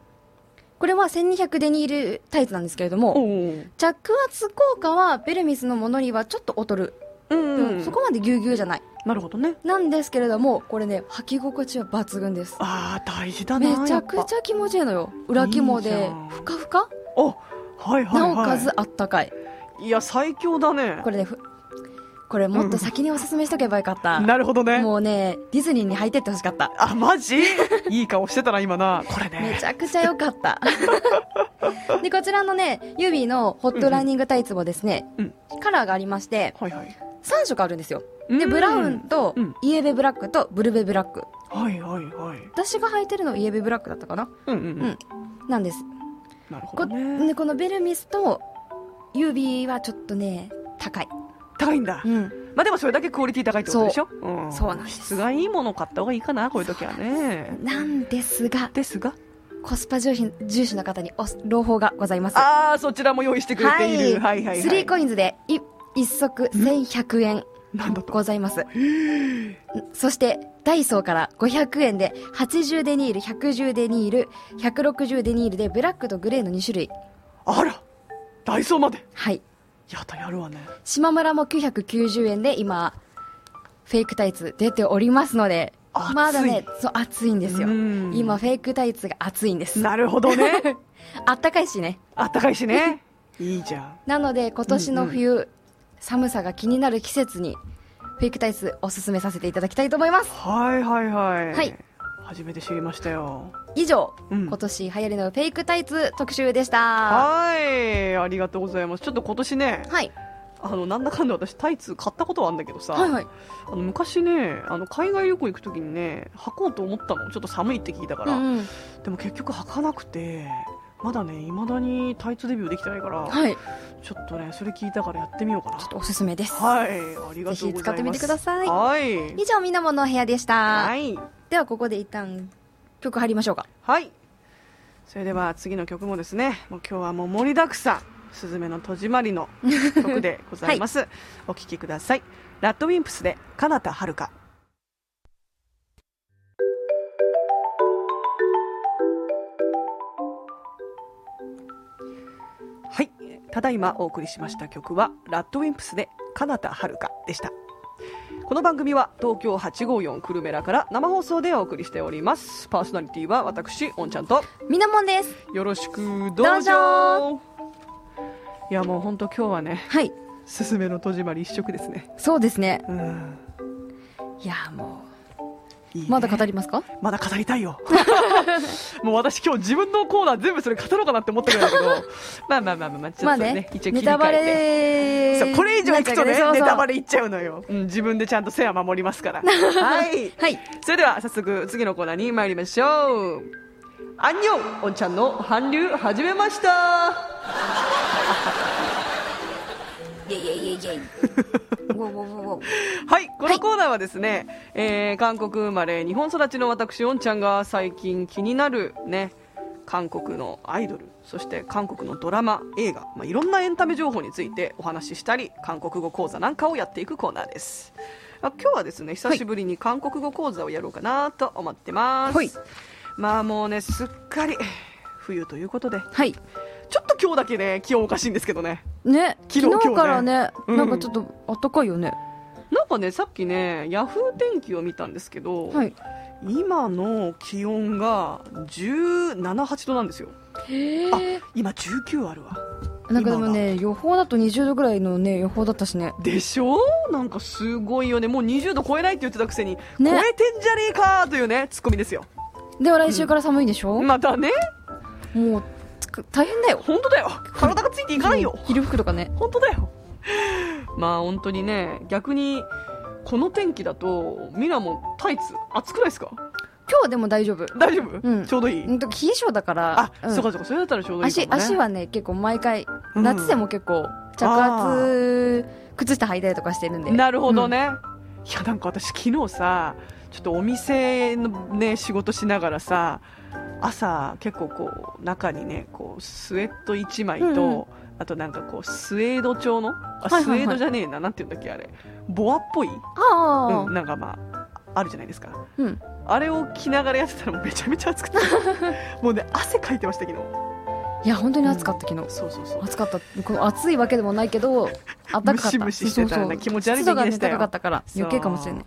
S2: これは1200デニールタイツなんですけれど
S1: お
S2: も
S1: ー
S2: 着圧効果はベルミスのものにはちょっと劣る
S1: う
S2: うん
S1: ん
S2: そこまでぎゅうぎゅうじゃない
S1: なるほどね
S2: なんですけれどもこれね履き心地は抜群です
S1: あー大事だな
S2: めちゃくち
S1: ゃ
S2: ゃ気持ちいいのよ裏肝
S1: いいじ
S2: で
S1: ゃん
S2: ふかふか
S1: おはいはいはい
S2: なおかつあったかい
S1: いや最強だね
S2: これねふここれもっと先におすすめしとけばよかった。
S1: なるほどね
S2: もうね、ディズニーに入ってってほしかった。
S1: あマジいい顔してたな今なこれ
S2: め
S1: ね
S2: ちゃくちゃ良か
S1: <laughs>
S2: った。で、こちらのね、ユビのホットランニングタイツもですね、
S1: うん
S2: カラーがありまして、
S1: はいはい
S2: 3色あるんですよ。
S1: う
S2: で、
S1: ん
S2: ブラウンと
S1: うん、
S2: イエベブラックとブルベブラック。
S1: はいはいはい
S2: 私が履いてるのイエベブラックだったかな
S1: うんうんうん
S2: なんです。
S1: なるほ
S2: こ
S1: どね
S2: でこのベルミスとユビはちょっとね、高い。
S1: 高いんだ
S2: うん。
S1: まあでもそれだけクオリティ高いってことでしょうん
S2: そうなんです
S1: 質がいいものを買った方がいいかなこういう時はね
S2: なんですが、
S1: ですが
S2: コスパ重視重視の方にお朗報がございます。
S1: ああそちらも用意してくれているはいはい
S2: スリー
S1: は
S2: コインズでい一足1100円
S1: いなんだと
S2: ございます。そして、ダイソーから500円で、80デニール、110デニール、160デニールで、ブラックとグレーの2種類。
S1: あらダイソーまで
S2: はい。
S1: やったやるわね
S2: 島村も990円で、今、フェイクタイツ出ておりますので、
S1: 熱い
S2: まだね、そう、暑いんですよ。
S1: うん
S2: 今、フェイクタイツが暑いんです。
S1: なるほどね
S2: <laughs> あったかいしね。
S1: <laughs> あったかいし
S2: <laughs>
S1: ねいいじゃん
S2: なので、今年の冬、寒さが気になる季節に、フェイクタイツおすすめさせていただきたいと思います。
S1: はいはいはい
S2: はい
S1: 初めて知りましたよ
S2: 以上、
S1: うん
S2: 今年流行りのフェイクタイツ特集でした。
S1: はいありがとうございますちょっと今年ね
S2: はい。
S1: あのなんだかんだ私タイツ買ったことはあるんだけどさ、
S2: はいはい。
S1: あの昔ねあの海外旅行行く時にね履こうと思ったのちょっと寒いって聞いたから、
S2: うんうん
S1: でも結局履かなくてまだねいまだにタイツデビューできてないから、
S2: はい。ち
S1: ちょっとねそれ聞いたからやってみようかな
S2: ょっとおすすめです。
S1: はいありがとうございます
S2: ぜひ使ってみてください
S1: はい
S2: 以上、みなものお部屋でした。
S1: はい
S2: では、ここで一旦曲入りましょうか。
S1: はい。それでは次の曲もですね、もう今日はもう盛りだくさん、すずめの戸締まりの曲でござい
S2: <laughs>
S1: ます。お聴きください。ラッドウィンプスで、かなたはるか。はい。ただいまお送りしました曲は、ラッドウィンプスで、かなたはるかでした。この番組は東京854久留米らから生放送でお送りしておりますパーソナリティは私おんちゃんと
S2: みなもんです。
S1: よろしく
S2: ど
S1: ど
S2: う
S1: う
S2: ぞ
S1: ぞいやもう本当今日はね
S2: はい。
S1: すすめの戸締まり一色ですね
S2: そうですね。
S1: うん
S2: いやー、も
S1: いいね
S2: う、まだ語りますか
S1: まだ語りたいよ <laughs> もう私今日自分のコーナー全部それ語ろうかなって思ってるんだ <laughs> けどまあまあまあまあまあちょっと
S2: まあ
S1: ね,、
S2: ね、
S1: 一応切
S2: ネ
S1: り替
S2: タバ
S1: えて
S2: レ
S1: そうこれ以上いくとねネタバ
S2: レ。
S1: レいっちゃうのよ、うん、自分でちゃんと線は守ります <laughs> からはい
S2: はい。
S1: それでは早速次のコーナーに参りましょうアンニョンおんちゃんの韓流始めました
S2: イェイイェイイェイ
S1: <laughs>
S2: イェイ。ウォウォウォウォウ
S1: はいこのコーナーはですね、えー韓国生まれ日本育ちの私おんちゃんが最近気になるね韓国のアイドルそして韓国のドラマ映画、まあ、いろんなエンタメ情報についてお話ししたり韓国語講座なんかをやっていくコーナーですあ今日はですね久しぶりに韓国語講座をやろうかなと思ってます、
S2: はい
S1: まあもうねすっかり冬ということで
S2: はい。
S1: ちょっと今日だけね、気温おかしいんですけどね。
S2: ね、
S1: 昨日
S2: 昨日からね、
S1: 今日ね
S2: なんかちょっとあったかいよね。
S1: なんかね、さっきね、ヤフー天気を見たんですけど、
S2: はい。
S1: 今の気温が17、8度なんですよ。
S2: へ
S1: あ、今19あるわ。
S2: なんかでもね、予報だと20度ぐらいのね、予報だったしね。
S1: でしょなんかすごいよね。もう20度超えないって言ってたくせに、
S2: ね
S1: 超えてんじゃねえかというね、ツッコミですよ。
S2: でも来週から寒いんでしょ、
S1: またね、
S2: もう、つく大変だよ。
S1: 本当だよ。体がついていかないよ
S2: も。う着る服とかね。
S1: 本当だよ。まあ本当にね、逆に、この天気だと、ミラもタイツ暑くないですか
S2: 今日でも大丈夫。
S1: 大丈夫、
S2: うん
S1: ちょうどいい、
S2: うんと冷え性だから。
S1: あ、
S2: ん
S1: そうかそうか、それだったらちょうどいいか
S2: 足、
S1: も、ね。
S2: 足はね、結構毎回、
S1: うん
S2: 夏でも結構、着圧、靴下履いたりとかしてるんで。
S1: なるほどね。いや、なんか私昨日さ、ちょっとお店のね、仕事しながらさ、朝結構こう、中にね、こう、スウェット1枚と、
S2: うんうん
S1: あとなんかこう、スウェード調の、あ、
S2: いはいはい
S1: スウェードじゃねえな、なんていうんだっけ、あれ。ボアっぽい、
S2: あ
S1: うん、なんかまあ、あるじゃないですか。
S2: あ、うん。
S1: あれを着ながらやってたらもうめちゃめちゃ暑
S2: <laughs>
S1: くて。もうね、汗かいてました、昨日。
S2: いや、本当に暑かった、昨日。
S1: そうそうそう。
S2: 暑かった。この暑いわけでもないけど、暖かかった。
S1: ムシムシしてたらね
S2: そうそう
S1: 気持ち悪い
S2: 湿度が、ね、
S1: 時期でしたよ
S2: 高かったから、余計かもしれない。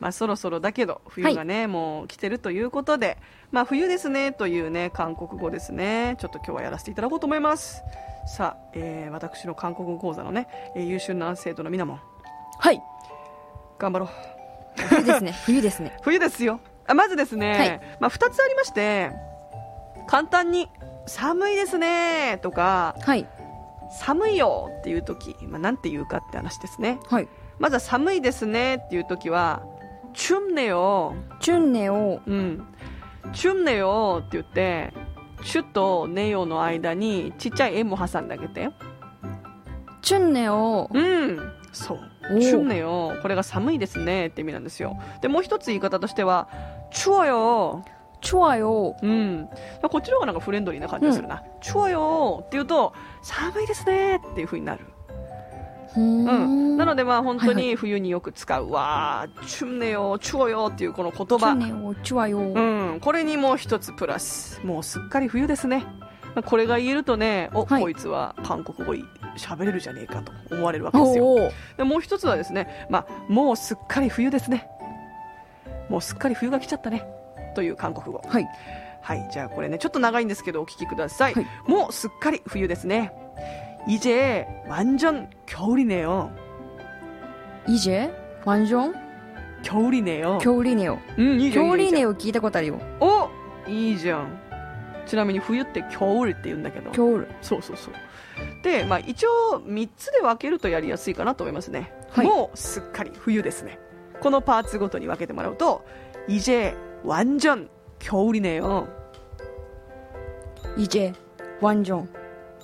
S1: まあ、そろそろだけど冬がね、もう来てるということで、まあ、冬ですねというね韓国語ですねちょっと今日はやらせていただこうと思いますさあ、えー私の韓国語講座のねえー優秀な生徒のみなもん
S2: はい。
S1: 頑張ろう
S2: 冬
S1: <laughs>
S2: ですね。冬ですね。
S1: 冬ですよあまずですね、
S2: はい
S1: まあ、2つありまして簡単に「寒いですね」とか
S2: はい。
S1: 「寒いよ」っていう時、まあ、なんて言うかって話ですね
S2: はい。
S1: まずは「寒いですね」っていう時は「チュンネよ」
S2: チュンネを、
S1: うん「チュンネよ」って言って「チュ」と「ネよ」の間にちっちゃい「M」を挟んであげて
S2: チュンネを、
S1: うんそう
S2: おー
S1: チュンネよこれが寒いですねって意味なんですよでもう一つ言い方としてはチュわよ
S2: チュアよ、
S1: うんこっちの方がなんかフレンドリーな感じがするな、チュわよって言うと寒いですねっていう風になる
S2: う
S1: うん、なの
S2: で、
S1: でまあ本当
S2: はい
S1: に冬によく使う、わーチュンネよチュわよっていうこの言
S2: チュン
S1: 葉
S2: ネを、チュアよ、
S1: うんこれにもう一つプラスもうすっかり冬ですねまあこれが言えるとねお、
S2: はい
S1: こいつは韓国語喋れるじゃねえかと思われるわけですよ
S2: おお、
S1: でもう一つはですね、まあ、もうすっかり冬ですね。もうすっかり冬が来ちゃったね。という韓国語。
S2: はい。
S1: はい、じゃあこれね、ちょっと長いんですけどお聞きください。
S2: はい
S1: もうすっかり冬ですね。이제완전겨울이네요。
S2: イジェ、ワンジョン、
S1: 겨울이네요。
S2: キョウリネオ。
S1: うん、いい
S2: キ
S1: じゃん
S2: ョウリ
S1: いいじ
S2: ネ
S1: ゃん
S2: を聞いたことあるよ。
S1: おいいじゃん。ちなみに冬って겨울って言うんだけど
S2: キ。ョウル。
S1: そうそうそう。で、まあ一応3つで分けるとやりやすいかなと思いますね。
S2: はい
S1: もうすっかり冬ですね。このパーツごとに分けてもらうと、이제완전겨울이네요。
S2: イジェ、ワンジョン、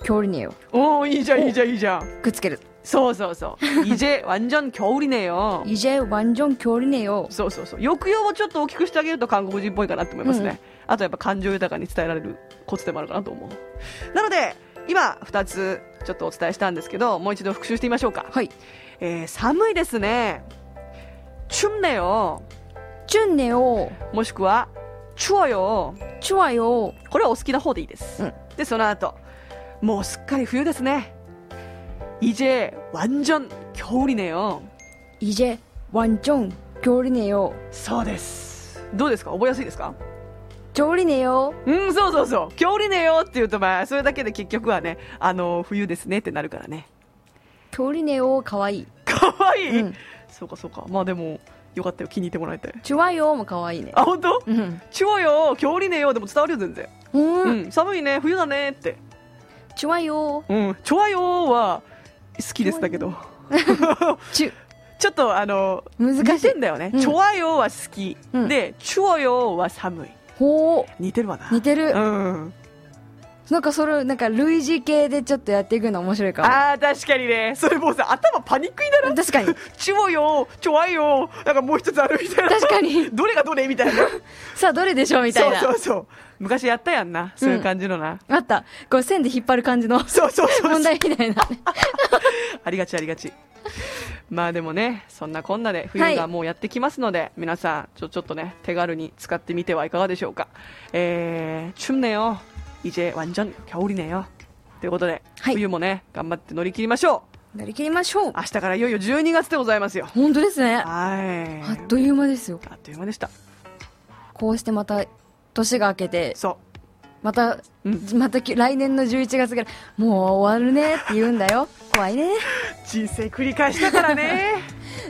S2: キョウリネオ。
S1: おーいいじゃんいいじゃんいいじゃん。
S2: くっつける。
S1: そうそうそう。이제완전겨울이네요。
S2: イジェ、ワンジョン、キョウリネオ。
S1: そうそうそう。抑揚をちょっと大きくしてあげると韓国人っぽいかなと思いますね。あとやっぱ感情豊かに伝えられるコツでもあるかなと思う。なので、今2つちょっとお伝えしたんですけど、もう一度復習してみましょうか。
S2: はい。
S1: えー寒いですね。춥네요。
S2: チュンネを、
S1: もしくは、추워요。
S2: チュアよ、
S1: これはお好きな方でいいです。
S2: うん
S1: で、その後、もうすっかり冬ですね。이제완전겨울이네요。
S2: イジェ、ワンジョン、キョウリネオ。
S1: そうです。どうですか覚えやすいですか
S2: キョウリネオ。
S1: うん、そうそうそう。겨울이네요って言うと、まあ、それだけで結局はね、あの、冬ですねってなるからね。
S2: キョウリネオ、かわいい。
S1: かわいい、
S2: うん
S1: そうかそうか。まあでも、よかったよ。気に入ってもらえて。
S2: チュワよもかわいいね。
S1: あ、本当？
S2: うん。
S1: 추워요 겨울이네요でも伝わるよ、全然。
S2: う。
S1: うんん、寒いね、冬だねって。
S2: チュワよ、
S1: うん、ちょわよーは好きですだけど、
S2: チュ。
S1: ちょっとあの、
S2: 難しい
S1: 似てんだよね
S2: う。ん
S1: ちょわよーは好き
S2: うん、
S1: で、ちょわよーは寒い。
S2: ほう。
S1: 似てるわな。
S2: 似てる。
S1: うん。
S2: なんかそれ、なんか類似系でちょっとやっていくの面白いかも。
S1: あー、確かにね。それもうさ、頭パニックになる。
S2: 確かに。
S1: ちょわよー、ちょわよー、なんかもう一つあるみたいな。
S2: 確
S1: <laughs>
S2: かに。
S1: どれがどれみたいな。
S2: さあ、どれでしょうみたいな。
S1: そうそうそう。昔やったやんな。そういう感じのな。
S2: あった。こう、線で引っ張る感じの
S1: そうそうそうそう。
S2: 問題みたいな。
S1: ありがちありがち。まあでもね、そんなこんなで
S2: は
S1: 冬
S2: い
S1: がもうやってきますので、皆さんちょ、ちょっとね、手軽に使ってみてはいかがでしょうか。えー、춥네요。이제완전겨울이네요。ということで、
S2: はい
S1: 冬もね、頑張って乗り切りましょう。
S2: 乗り切りましょう。
S1: 明日からいよいよ12月でございますよ。
S2: 本当ですね。あ
S1: はい。
S2: っという間ですよ。
S1: あっという間でした。
S2: こうしてまた、年が明けて、
S1: そ
S2: また、
S1: うん
S2: またき来年の11月ぐらい、もう終わるねって言うんだよ。怖いね。
S1: う。人生繰り返したから
S2: <laughs>
S1: ね。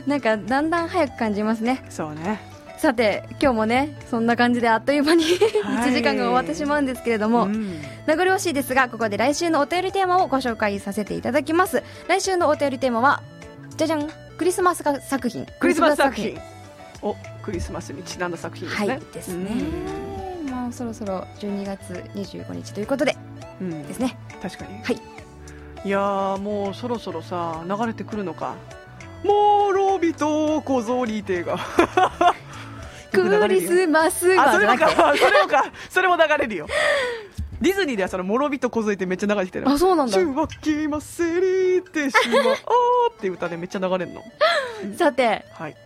S2: なんか、だんだん早く感じますね。
S1: そうね。
S2: さて、今日もね、そんな感じであっという間に
S1: はい
S2: 1時間が終わってしまうんですけれども、
S1: ん
S2: 名残惜しいですがここで来週のお便りテーマをご紹介させていただきます来週のお便りテーマはじゃじゃんクリスマスか作品
S1: クリスマス作品。お、クリスマスにちなんだ作品ですね。
S2: はいですねもうそろそろ12月25日ということで
S1: うん。うん
S2: ですね
S1: 確かに、
S2: はい、
S1: やーもうそろそろさ流れてくるのかもうロビと小僧リーテが
S2: <laughs> クリスマス
S1: あ
S2: は
S1: そ
S2: じ
S1: れ
S2: ゃな
S1: も
S2: く
S1: か
S2: て
S1: <laughs> それもかそれも流れるよディズニーではその「もろびと小僧いて」めっちゃ流れてきてる
S2: あそうなんだ
S1: シュワキマセリーテシュワオーって歌でめっちゃ流れるの
S2: さて
S1: はい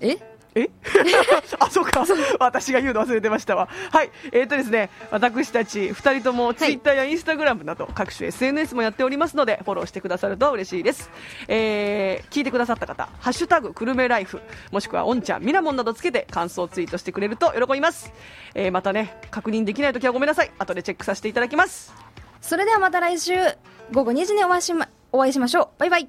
S2: え
S1: え <laughs> あそうか私が言うの忘れてましたわはいえーとですね私たち2人ともツイッターやインスタグラムなど各種 SNS もやっておりますのでフォローしてくださると嬉しいです、えー聞いてくださった方「ハッシュタグくるめライフ」もしくは「おんちゃんみなもん」などつけて感想をツイートしてくれると喜びます、えーまたね確認できない時はごめんなさい後でチェックさせていただきます
S2: それではまた来週午後2時にお会いしまお会いしましょうバイバイ